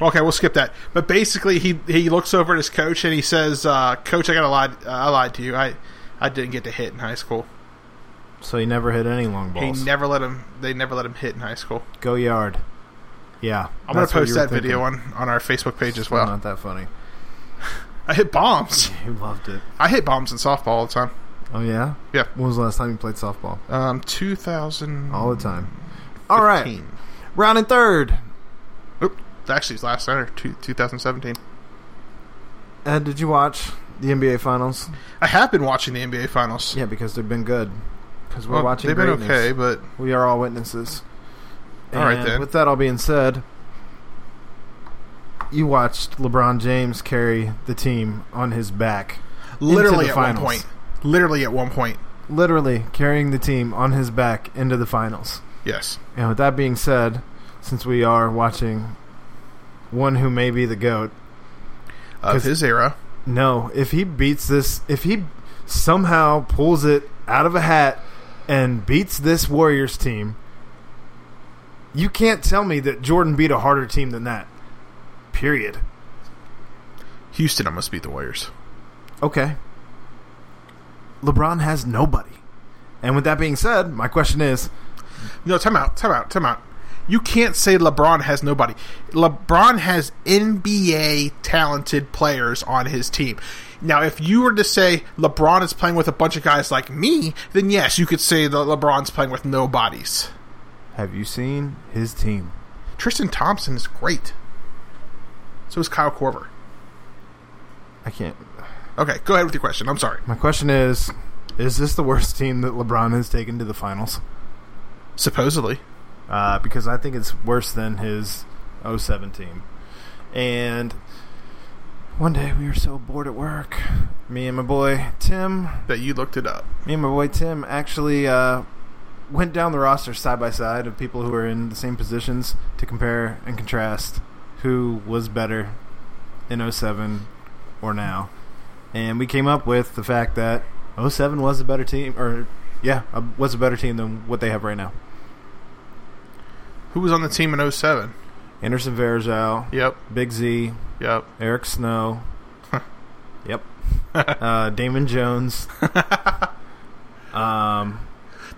C: Okay, we'll skip that. But basically, he he looks over at his coach and he says, uh, "Coach, I got to lie. I lied to you. I I didn't get to hit in high school.
B: So he never hit any long
C: He
B: balls.
C: never let him. They never let him hit in high school.
B: Go yard. Yeah,
C: I'm gonna post that video on on our Facebook page as well.
B: Not that funny.
C: I hit bombs.
B: You loved it.
C: I hit bombs in softball all the time.
B: Oh yeah.
C: Yeah,
B: When was the last time you played softball?
C: um, 2000.
B: All the time.
C: Mm.
B: All right, round and third.
C: Oop, actually, it's last night, or two, 2017.
B: Ed, Uh, did you watch the NBA Finals?
C: I have been watching the NBA Finals.
B: Yeah, because they've been good. Because we're
C: Well,
B: watching.
C: they've been
B: greatness.
C: okay, but
B: We are all witnesses.
C: All right,
B: And
C: then.
B: With that all being said, you watched LeBron James carry the team on his back.
C: literally
B: the
C: at
B: finals.
C: one point. Literally at one point.
B: literally carrying the team on his back into the finals.
C: Yes.
B: And with that being said, since we are watching one who may be the GOAT,
C: Of
B: 'Cause-
C: his era.
B: no, if he beats this, if he somehow pulls it out of a hat and beats this Warriors team, you can't tell me that Jordan beat a harder team than that. Period.
C: Houston almost beat the Warriors.
B: Okay. LeBron has nobody. And with that being said, my question is
C: No, time out, time out, time out. You can't say LeBron has nobody. LeBron has NBA talented players on his team. Now, if you were to say LeBron is playing with a bunch of guys like me, then yes, you could say that LeBron's playing with nobodies.
B: have you seen his team?
C: Tristan Thompson is great. So is Kyle Korver.
B: I can't.
C: Okay, go ahead with your question. I'm sorry.
B: My question is is this the worst team that LeBron has taken to the finals?
C: Supposedly.
B: uh, because I think it's worse than his 07 team. And one day we were so bored at work. Me and my boy Tim,
C: That you looked it up.
B: me and my boy Tim actually uh, went down the roster side by side of people who are in the same positions to compare and contrast who was better in 07 or now. And we came up with the fact that 07 was a better team, or yeah, uh, was a better team than what they have right now.
C: Who was on the team in 07?
B: Anderson Varejao,
C: Yep,
B: Big Z,
C: yep.
B: Eric Snow. yep. Uh, Damon Jones. um,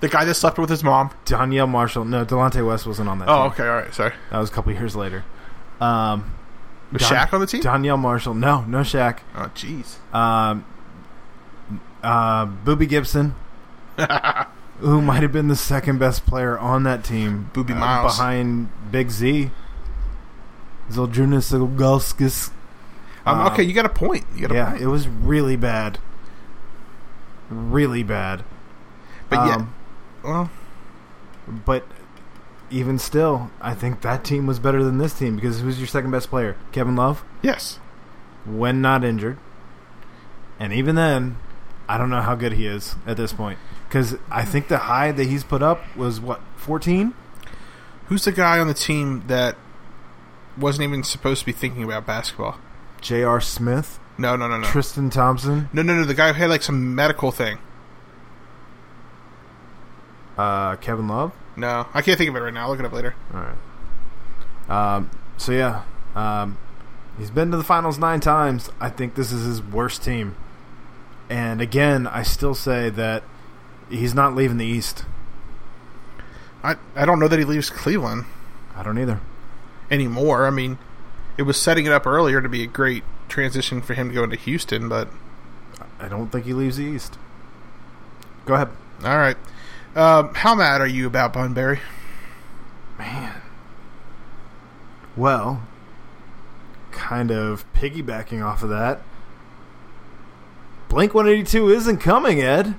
C: The guy that slept with his mom.
B: Danielle Marshall. No, Delonte West wasn't on that.
C: Oh,
B: team.
C: okay, all right, sorry.
B: That was a couple years later. Um,
C: Was
B: Don-
C: Shaq on the team?
B: Danielle Marshall. No, no Shaq.
C: Oh, jeez.
B: Um, uh, Booby Gibson. who might have been the second best player on that team.
C: Booby
B: uh,
C: Miles.
B: Behind Big Z. Zildjunas Ilgauskas.
C: Um,
B: Um,
C: okay, you got a point. You got a
B: Yeah,
C: point.
B: it was really bad. Really bad.
C: but yeah,
B: Um,
C: well,
B: But even still, I think that team was better than this team because who's your second best player? Kevin Love,
C: yes.
B: when not injured. And even then, I don't know how good he is at this point because I think the high that he's put up was what 14.
C: Who's the guy on the team that wasn't even supposed to be thinking about basketball?
B: J.R. Smith,
C: No, no, no, no.
B: Tristan Thompson,
C: no, no, no. The guy who had like some medical thing.
B: uh, Kevin Love.
C: No, I can't think of it right now. I'll look it up later.
B: All right. Um, so yeah, um, he's been to the finals nine times. I think this is his worst team. And again, I still say that he's not leaving the East.
C: I I don't know that he leaves Cleveland
B: I don't either.
C: anymore. I mean, it was setting it up earlier to be a great transition for him to go into Houston, but
B: I don't think he leaves the East. Go ahead.
C: all right. Um, how mad are you about Bunbury?
B: Well, kind of piggybacking off of that, Blink 182 isn't coming, Ed.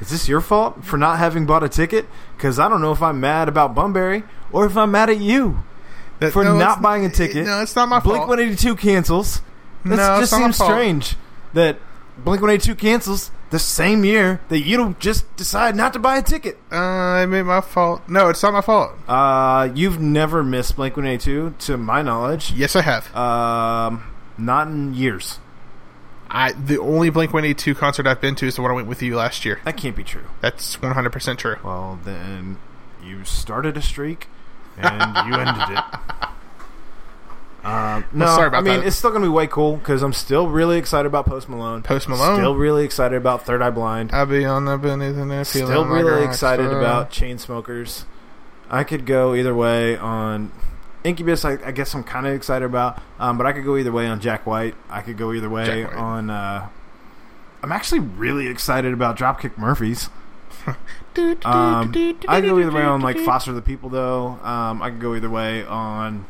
B: Is this your fault for not having bought a ticket? Because I don't know if I'm mad about Bunbury or if I'm mad at you.
C: That-
B: for
C: no,
B: not
C: it's-
B: buying a ticket.
C: No, it's not my
B: Blink
C: fault.
B: 182 cancels. This
C: No, it's
B: just
C: not my
B: seems
C: fault.
B: strange that Blink 182 cancels the same year that you just decide not to buy a ticket.
C: Uh, it made my fault. No, it's not my fault.
B: Uh, you've never missed Blink 182, to my knowledge.
C: Yes, I have.
B: Um, not in years.
C: I the only Blink One Eighty Two concert I've been to is the one I went with you last year.
B: That can't be true.
C: That's one hundred percent true.
B: Well, then you started a streak and you ended it. Um, no,
C: sorry about
B: I mean
C: that.
B: it's still gonna be way cool because I'm still really excited about Post Malone.
C: Post Malone.
B: Still really excited about Third Eye Blind.
C: I'll be on the beneath and feeling
B: Still
C: like a
B: really
C: rock
B: excited
C: star.
B: about Chainsmokers. I could go either way on Incubus. I, I guess I'm kind of excited about, um, but I could go either way on Jack White. I could go either way
C: Jack White.
B: on. Uh, I'm actually really excited about Dropkick Murphys. Um, I could go either way on like Foster the People though. Um, I could go either way on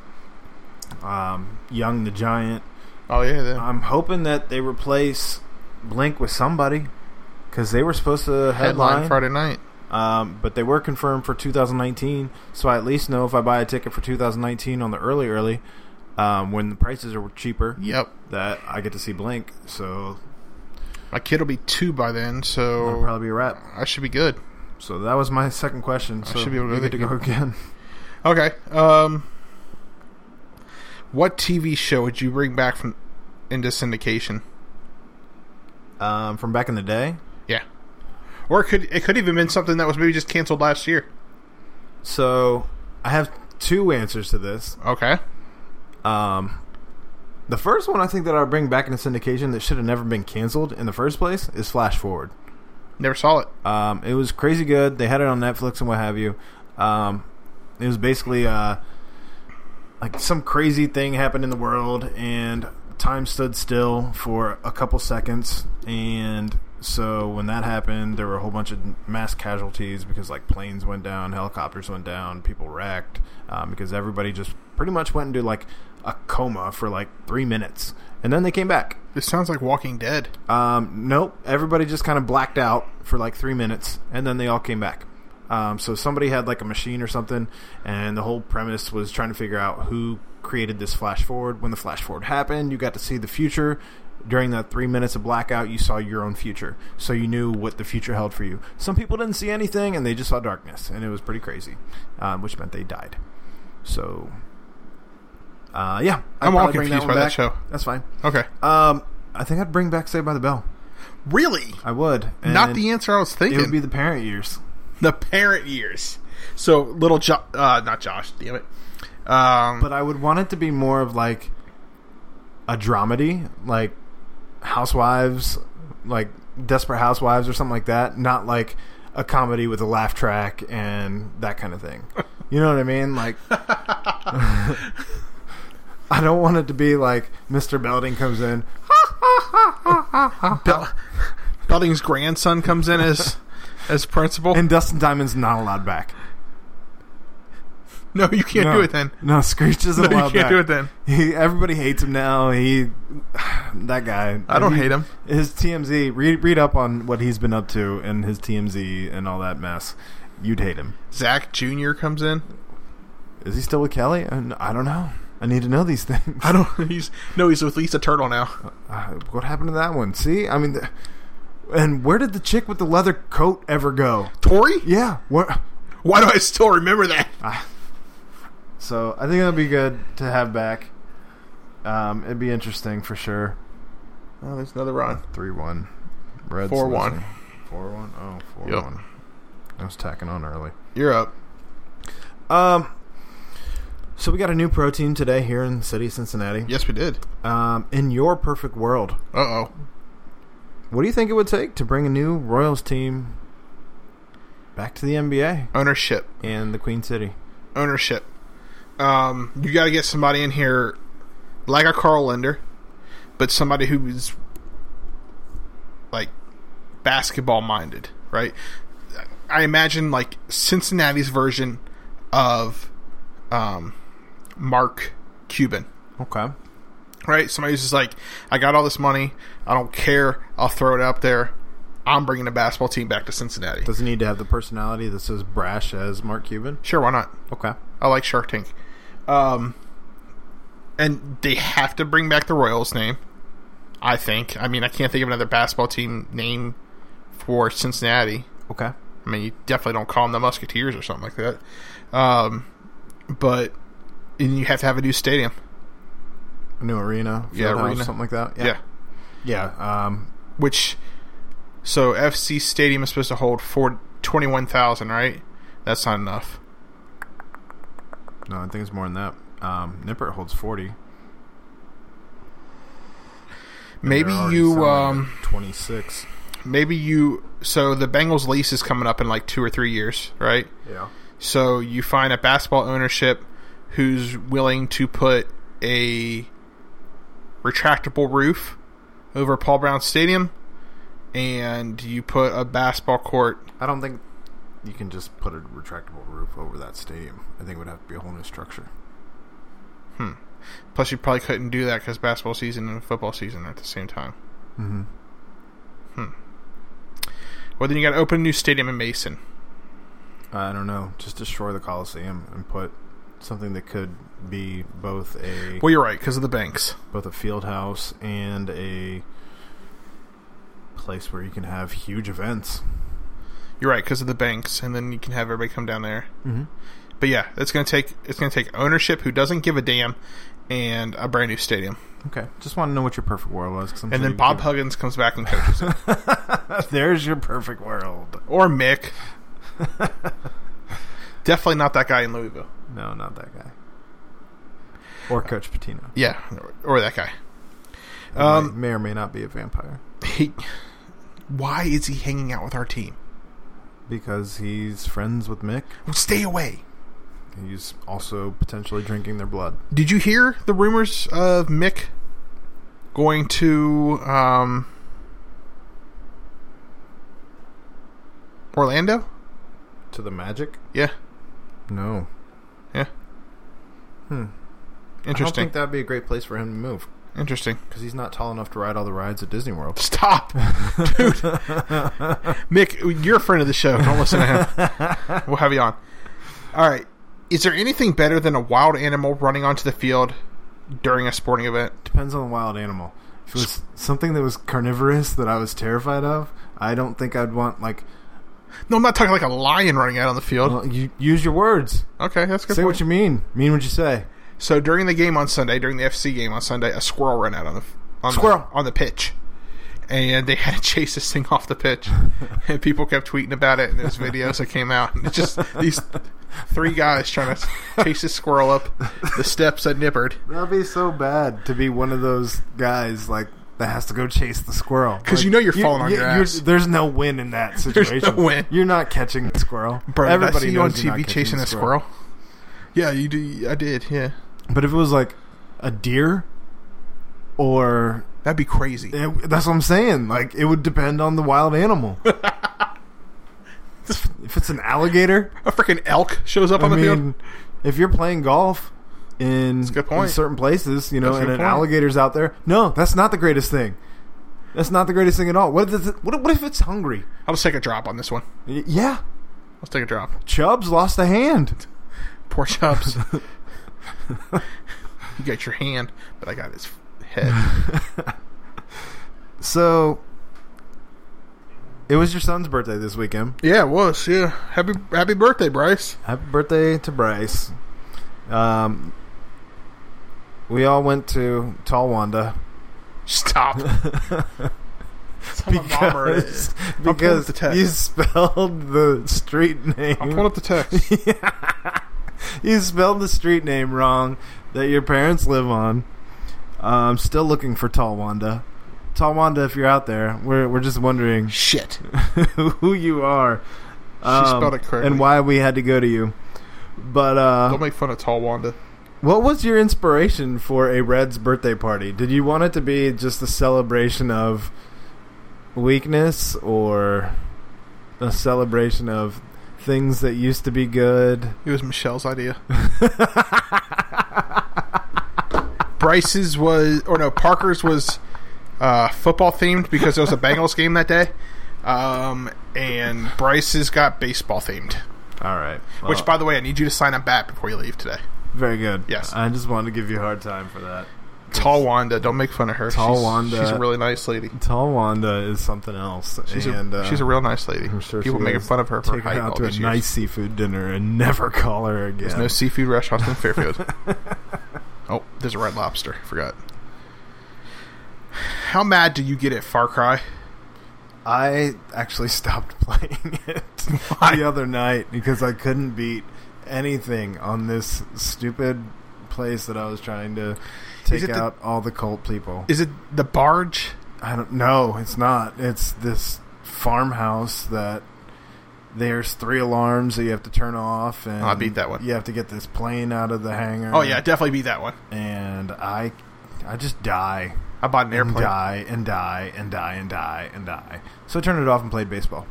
B: um, Young the Giant.
C: Oh yeah, then.
B: I'm hoping that they replace Blink with somebody because they were supposed to
C: headline
B: headline
C: Friday night.
B: um, but they were confirmed for 2019, so I at least know if I buy a ticket for 2019 on the early early, um, when the prices are cheaper,
C: Yep,
B: that I get to see Blink. So
C: my kid will be two by then,
B: that'll
C: so
B: probably be a wrap.
C: I should be good.
B: So that was my second question. So
C: should be able to
B: you
C: go
B: get to go again.
C: Okay. Um, what TV show would you bring back from into syndication?
B: Um, from back in the day,
C: Yeah, or it could it could even been something that was maybe just canceled last year.
B: so I have two answers to this.
C: Okay.
B: Um, The first one I think that I'll bring back into syndication that should have never been canceled in the first place is Flash Forward.
C: Never saw it.
B: Um, it was crazy good. They had it on Netflix and what have you. Um, it was basically uh, like some crazy thing happened in the world, and time stood still for a couple seconds. And so when that happened, there were a whole bunch of mass casualties because like planes went down, helicopters went down, people wrecked um, because everybody just pretty much went into like a coma for like three minutes, and then they came back.
C: This sounds like Walking Dead.
B: Um, nope. Everybody just kind of blacked out for like three minutes, and then they all came back. Um, so somebody had like a machine or something, and the whole premise was trying to figure out who created this flash forward. When the flash forward happened, you got to see the future. During that three minutes of blackout, you saw your own future, so you knew what the future held for you. Some people didn't see anything, and they just saw darkness, and it was pretty crazy, um, which meant they died. So, uh, yeah, I'd
C: I'm all
B: probably bring
C: confused
B: one
C: by that
B: back.
C: show.
B: That's fine.
C: Okay.
B: Um, I think I'd bring back Saved by the Bell.
C: Really?
B: I would. And
C: Not the answer I was
B: It
C: thinking.
B: would be the parent years.
C: the parent years. So little jo- uh not Josh, damn it. Um
B: But I would want it to be more of like a dramedy, like Housewives, like Desperate Housewives or something like that. Not like a comedy with a laugh track and that kind of thing. You know what I mean? Like. I don't want it to be like Mr. Belding comes in.
C: Bel- Belding's grandson comes in as as principal.
B: And Dustin Diamond's not allowed back.
C: no, you can't
B: no.
C: do it then.
B: No, Screech isn't
C: No, you
B: allowed
C: can't
B: back.
C: do it then.
B: He, everybody hates him now. He, that guy.
C: I don't
B: He-
C: hate him.
B: His TMZ. Read read up on what he's been up to and his TMZ and all that mess. You'd hate him.
C: Zach Jr. comes in.
B: Is he still with Kelly? I don't- I don't know. I need to know these things.
C: I don't. He's no. He's with Lisa Turtle now.
B: Uh, what happened to that one? See, I mean, th- and where did the chick with the leather coat ever go?
C: Tori?
B: Yeah. What?
C: Why do I still remember that?
B: So I think that'd be good to have back. Um, it'd be interesting for sure.
C: Oh, there's another Ron.
B: Three one. Reds
C: 4-1.
B: losing. Four one. Oh, four
C: Yep.
B: one. I was tacking on early.
C: You're up.
B: Um. So we got a new pro team today here in the city of Cincinnati.
C: Yes, we did.
B: Um, in your perfect world,
C: Uh oh.
B: what do you think it would take to bring a new Royals team back to the NBA
C: Ownership.
B: and the Queen City?
C: Ownership. Um, you got to get somebody in here, like a Carl Linder, but somebody who's like basketball minded, right? I imagine like Cincinnati's version of um, Mark Cuban.
B: Okay.
C: right? Somebody who's just like, I got all this money. I don't care. I'll throw it out there. I'm bringing the basketball team back to Cincinnati.
B: Does it need to have the personality that's as brash as Mark Cuban?
C: Sure, why not?
B: Okay.
C: I like Shark Tank. Um, and they have to bring back the Royals name. I think. I mean, I can't think of another basketball team name for Cincinnati.
B: Okay.
C: I mean, you definitely don't call them the Musketeers or something like that. Um, but and you have to have a new stadium.
B: A new arena.
C: Yeah,
B: fieldhouse,
C: arena.
B: Something like that.
C: yeah.
B: Yeah. Um,
C: which so FC Stadium is supposed to hold for twenty one thousand, right? That's not enough.
B: no, I think it's more than that. Um, Nippert holds 40.
C: Maybe
B: They're already
C: you,
B: selling
C: um,
B: at 26.
C: maybe you. So the Bengals lease is coming up in like two or three years, right?
B: Yeah.
C: So you find a basketball ownership who's willing to put a retractable roof over Paul Brown Stadium, and you put a basketball court.
B: I don't think you can just put a retractable roof over that stadium. I think it would have to be a whole new structure.
C: Plus, you probably couldn't do that because basketball season and football season are at the same time. Hmm.
B: Mm-hmm.
C: Well, then you got to open a new stadium in Mason.
B: I don't know. Just destroy the Coliseum and put something that could be both a
C: Well, you're right because of the banks.
B: both a field house and a place where you can have huge events.
C: You're right because of the banks, and then you can have everybody come down there.
B: Mhm.
C: But yeah, it's gonna take it's gonna take ownership who doesn't give a damn, and a brand new stadium.
B: Okay, just want to know what your perfect world was. 'cause I'm
C: And
B: sure
C: then
B: you
C: Bob
B: could-
C: Huggins comes back and coaches, it.
B: There's your perfect world.
C: or Mick. Definitely not that guy in Louisville.
B: No, not that guy. Uh, or Coach Patino.
C: Yeah, or that guy.
B: Um, may or may not be a vampire
C: He, why is he hanging out with our team?
B: because he's friends with Mick.
C: Stay away.
B: He's also potentially drinking their blood.
C: Did you hear the rumors of Mick going to um, Orlando?
B: To the magic?
C: Yeah,
B: No.
C: yeah.
B: I
C: Hmm.
B: don't
C: Interesting.
B: think that'd be a great place for him to move
C: Interesting.
B: because he's not tall enough to ride all the rides at Disney World.
C: Stop, dude. Mick, you're a friend of the show. Don't listen to him. We'll have you on. All right. Is there anything better than a wild animal running onto the field during a sporting event?
B: Depends on the wild animal. If it was something that was carnivorous that I was terrified of, I don't think I'd want like
C: No, I'm not talking like a lion running out on the field.
B: well, you use your words.
C: Okay, that's good.
B: Say
C: point.
B: what you mean. Mean what you say.
C: So during the game on Sunday, during the FC game on Sunday, a squirrel ran out on the on
B: Squirrel.
C: the, on the pitch, and they had to chase this thing off the pitch. and people kept tweeting about it, and there's videos that came out. And it's just these three guys trying to chase this squirrel up the steps at Nippard.
B: That'd be so bad to be one of those guys like that has to go chase the squirrel
C: 'Cause you know you're falling on your ass.
B: There's no win in that
C: no
B: situation.
C: win.
B: You're not catching the squirrel.
C: Bro, Everybody did I see you on
B: knows you're not
C: TV
B: catching
C: chasing
B: the
C: a squirrel? Yeah, you do. I did. Yeah,
B: But if it was like a deer or
C: that'd be crazy.
B: It, that's what I'm saying. Like it would depend on the wild animal. if it's an alligator,
C: A freaking elk shows up
B: I
C: on the
B: mean,
C: field.
B: if you're playing golf in,
C: a good point.
B: in certain places, you know,
C: That's a
B: and
C: good
B: an
C: point.
B: alligator's out there, no, that's not the greatest thing. That's not the greatest thing at all. What if it's, what, what if it's hungry?
C: I'll just take a drop on this one.
B: Y- Yeah,
C: Let's take a drop.
B: Chubbs lost a hand.
C: Poor Chubbs. you got your hand, but I got his head.
B: So it was your son's birthday this weekend.
C: yeah, it was. Yeah. Happy happy birthday, Bryce.
B: Happy birthday to Bryce. Um, we all went to Talwanda
C: Stop.
B: because,
C: I'll pull up
B: because
C: the text.
B: you spelled the street
C: I'm pulling
B: name.
C: up the text.
B: You spelled the street name wrong that your parents live on. I'm still looking for Talwanda. Talwanda, if you're out there, we're we're just wondering
C: Shit.
B: who you are. um,
C: spelled it correctly.
B: and why we had to go to you. But uh,
C: Don't make fun of Tall Wanda.
B: What was your inspiration for a Reds birthday party? Did you want it to be just a celebration of weakness or a celebration of things that used to be good?
C: It was Michelle's idea. Bryce's was, or no, Parker's was uh, football themed because there was a Bengals game that day. Um, and Bryce's got baseball themed.
B: All right.
C: Which, by the way, I need you to sign a bat before you leave today.
B: very good.
C: Yes.
B: I just wanted to give you a hard time for that.
C: Tall Wanda. Don't make fun of her.
B: Tall
C: she's,
B: Wanda.
C: She's a really nice lady.
B: Tall Wanda is something else.
C: She's,
B: and
C: a,
B: uh,
C: she's a real nice lady.
B: I'm sure she
C: People making
B: goes
C: fun of her for
B: take her
C: height all
B: out to a
C: these years.
B: nice seafood dinner and never call her again.
C: No seafood restaurants in Fairfield. oh, there's a red lobster. Forgot. How mad do you get at Far Cry?
B: I actually stopped playing it
C: Why?
B: the other night because I couldn't beat anything on this stupid place that I was trying to
C: Is
B: take
C: it the-
B: out all the cult people.
C: Is it the barge?
B: I don't know. It's not. It's this farmhouse that there's three alarms that you have to turn off and
C: Oh, I beat that one.
B: You have to get this plane out of the hangar.
C: Oh yeah, definitely be that one.
B: And I I just die
C: I bought an
B: and
C: airplane.
B: die and die and die and die and die. So I turned it off and played baseball.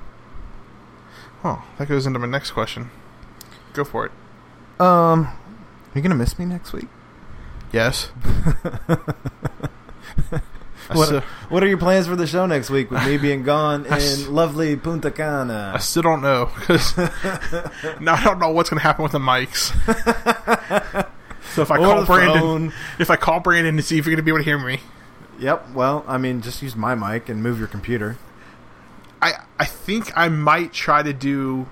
C: Oh, that goes into my next question. Go for it.
B: Um, are you gonna miss me next week?
C: Yes. I,
B: What,
C: still,
B: what are your plans for the show next week with me being gone
C: I s-
B: in lovely Punta
C: I
B: Cana?
C: still don't know 'cause now I don't know what's going to happen with the mics. so if I
B: Or
C: call
B: the
C: Brandon,
B: phone.
C: if I call Brandon to see if you're going to be able to hear me,
B: Yep. Well, I mean, just use my mic and move your computer.
C: I I think I might try to do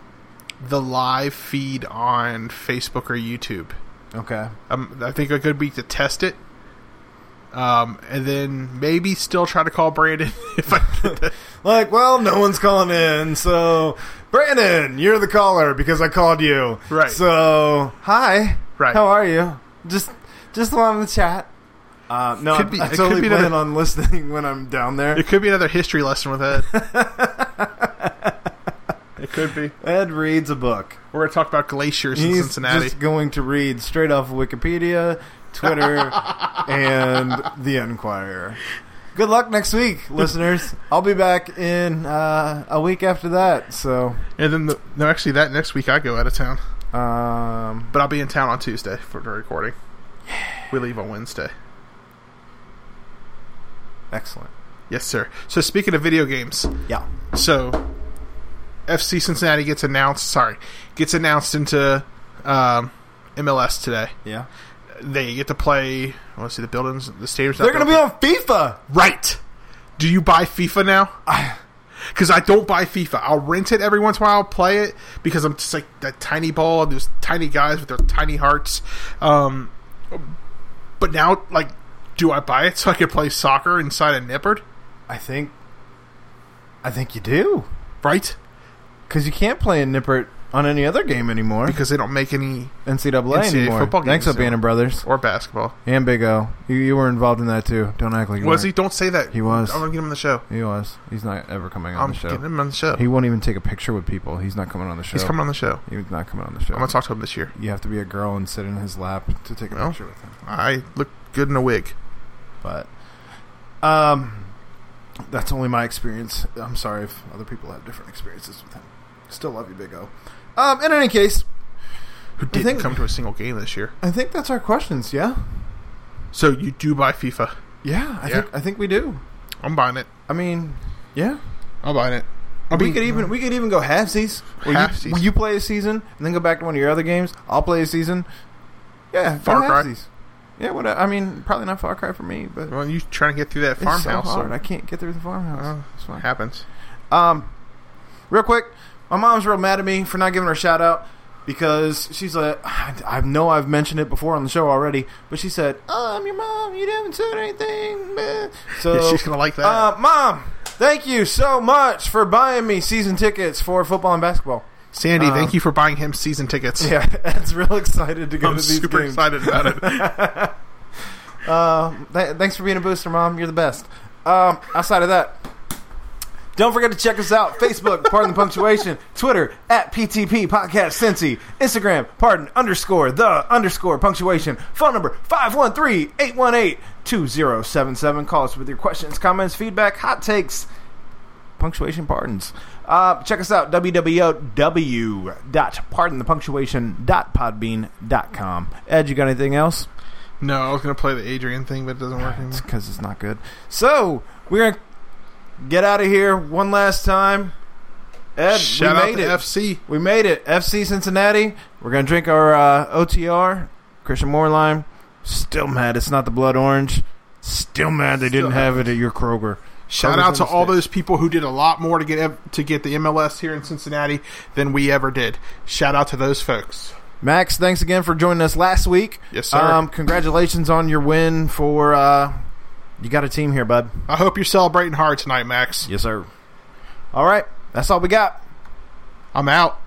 C: the live feed on Facebook or YouTube.
B: Okay.
C: Um, I think a good week to test it. Um, and then maybe still try to call Brandon if I get the,
B: Like, well, no one's calling in, so Brandon, you're the caller because I called you.
C: Right.
B: So, hi.
C: Right.
B: How are you? Just Just the one in the chat. Uh, no,
C: Could
B: I,
C: be-
B: I
C: it could
B: totally
C: be
B: plan
C: another-
B: on listening when I'm down there.
C: It could be another history lesson with Ed. it could be.
B: Ed reads a book.
C: We're going to talk about glaciers in
B: He's
C: Cincinnati.
B: just going to read straight off Wikipedia, Twitter, and The Enquirer. Good luck next week, listeners. I'll be back in uh, a week after that. So,
C: And then, the, no, actually, that next week I go out of town.
B: um,
C: But I'll be in town on Tuesday for the recording. We leave on Wednesday.
B: excellent.
C: Yes, sir. So, speaking of video games,
B: Yeah.
C: so FC Cincinnati gets announced, sorry, gets announced into um, MLS today.
B: Yeah.
C: They get to play, I want to see the buildings, the stadium's
B: They're going to be on FIFA.
C: Right. Do you buy FIFA now? Because I don't buy FIFA. I'll rent it every once in a while, play it, because I'm just like that tiny ball and those tiny guys with their tiny hearts. Um, but now, like, do I buy it so I can play soccer inside a nippard?
B: I think. I think you do.
C: Right?
B: Because you can't play in Nippert on any other game anymore.
C: Because they don't make any.
B: NCAA,
C: NCAA
B: anymore.
C: football
B: Thanks,
C: games,
B: up, Bannon Brothers.
C: Or basketball.
B: And Big O. You, you were involved in that too. Don't act like you
C: Was he?
B: weren't.
C: Don't say that.
B: He was.
C: I'm going to get him on the show.
B: He was. He's not ever coming on
C: I'm
B: the show.
C: getting him on the show.
B: He won't even take a picture with people. He's not coming on the show.
C: He's coming on the show.
B: He's not coming on the show.
C: I'm going to talk to him this year.
B: you have to be a girl and sit in his lap to take a
C: Well.
B: picture with him.
C: I look good in a wig.
B: But um, that's only my experience. I'm sorry if other people have different experiences with him. Still love you, Big O. Um, in any case,
C: Who didn't
B: think-
C: come to a single game this year?
B: I think that's our questions. Yeah,
C: So you do buy FIFA?
B: yeah. I
C: Yeah.
B: think I think we do.
C: I'm buying it.
B: I mean, yeah.
C: I'm buying it. I
B: we could even we could even go halfsies. Where
C: Halfsies.
B: You, where you play a season and then go back to one of your other games. I'll play a season. Yeah, go
C: Far Cry.
B: halfsies. Yeah, what I mean, probably not Far Cry for me, but
C: Well, you trying to get through that
B: it's so
C: farmhouse?
B: hard. I
C: so
B: can't get through the farmhouse. It's
C: it
B: fine.
C: happens.
B: Um, real quick, my mom's real mad at me for not giving her a shout out because she's like, I I know I've mentioned it before on the show already, but she said, "Oh, I'm your mom. You haven't said anything." meh." So
C: Yeah, she's gonna like that.
B: Uh, mom, thank you so much for buying me season tickets for football and basketball.
C: Sandy,
B: um,
C: thank you for buying him season tickets.
B: Yeah, Ed's real excited to go
C: I'm
B: to these
C: super
B: games.
C: excited about it.
B: Uh, th- thanks for being a booster, mom. You're the best. Um, outside of that, don't forget to check us out. Facebook, pardon the punctuation. Twitter at PTP Podcast Cincy. Instagram, pardon underscore the underscore punctuation. Phone number 513-818-2077. Call us with your questions, comments, feedback, hot takes, punctuation pardons. Uh, check us out www.pardonthepunctuation.podbean.com. Ed, you got anything else?
C: no, I was gonna play the Adrian thing, but it doesn't work anymore.
B: because it's not good. So we're gonna get out of here one last time. Ed,
C: Shout
B: we
C: out
B: made
C: to
B: it.
C: FC.
B: we made it. FC Cincinnati. We're gonna drink our uh, OTR. Christian Moore lime. Still mad. It's not the blood orange. Still mad they didn't have it at your Kroger. Kroger's
C: Shout out to
B: in the
C: all
B: state.
C: those people who did a lot more to get ev- to get the MLS here in Cincinnati than we ever did. Shout out to those folks.
B: Max, thanks again for joining us last week.
C: Yes, sir.
B: Um, congratulations on your win for. Uh, you got a team here, bud.
C: I hope you're celebrating hard tonight, Max.
B: Yes, sir. All right, that's all we got.
C: I'm out.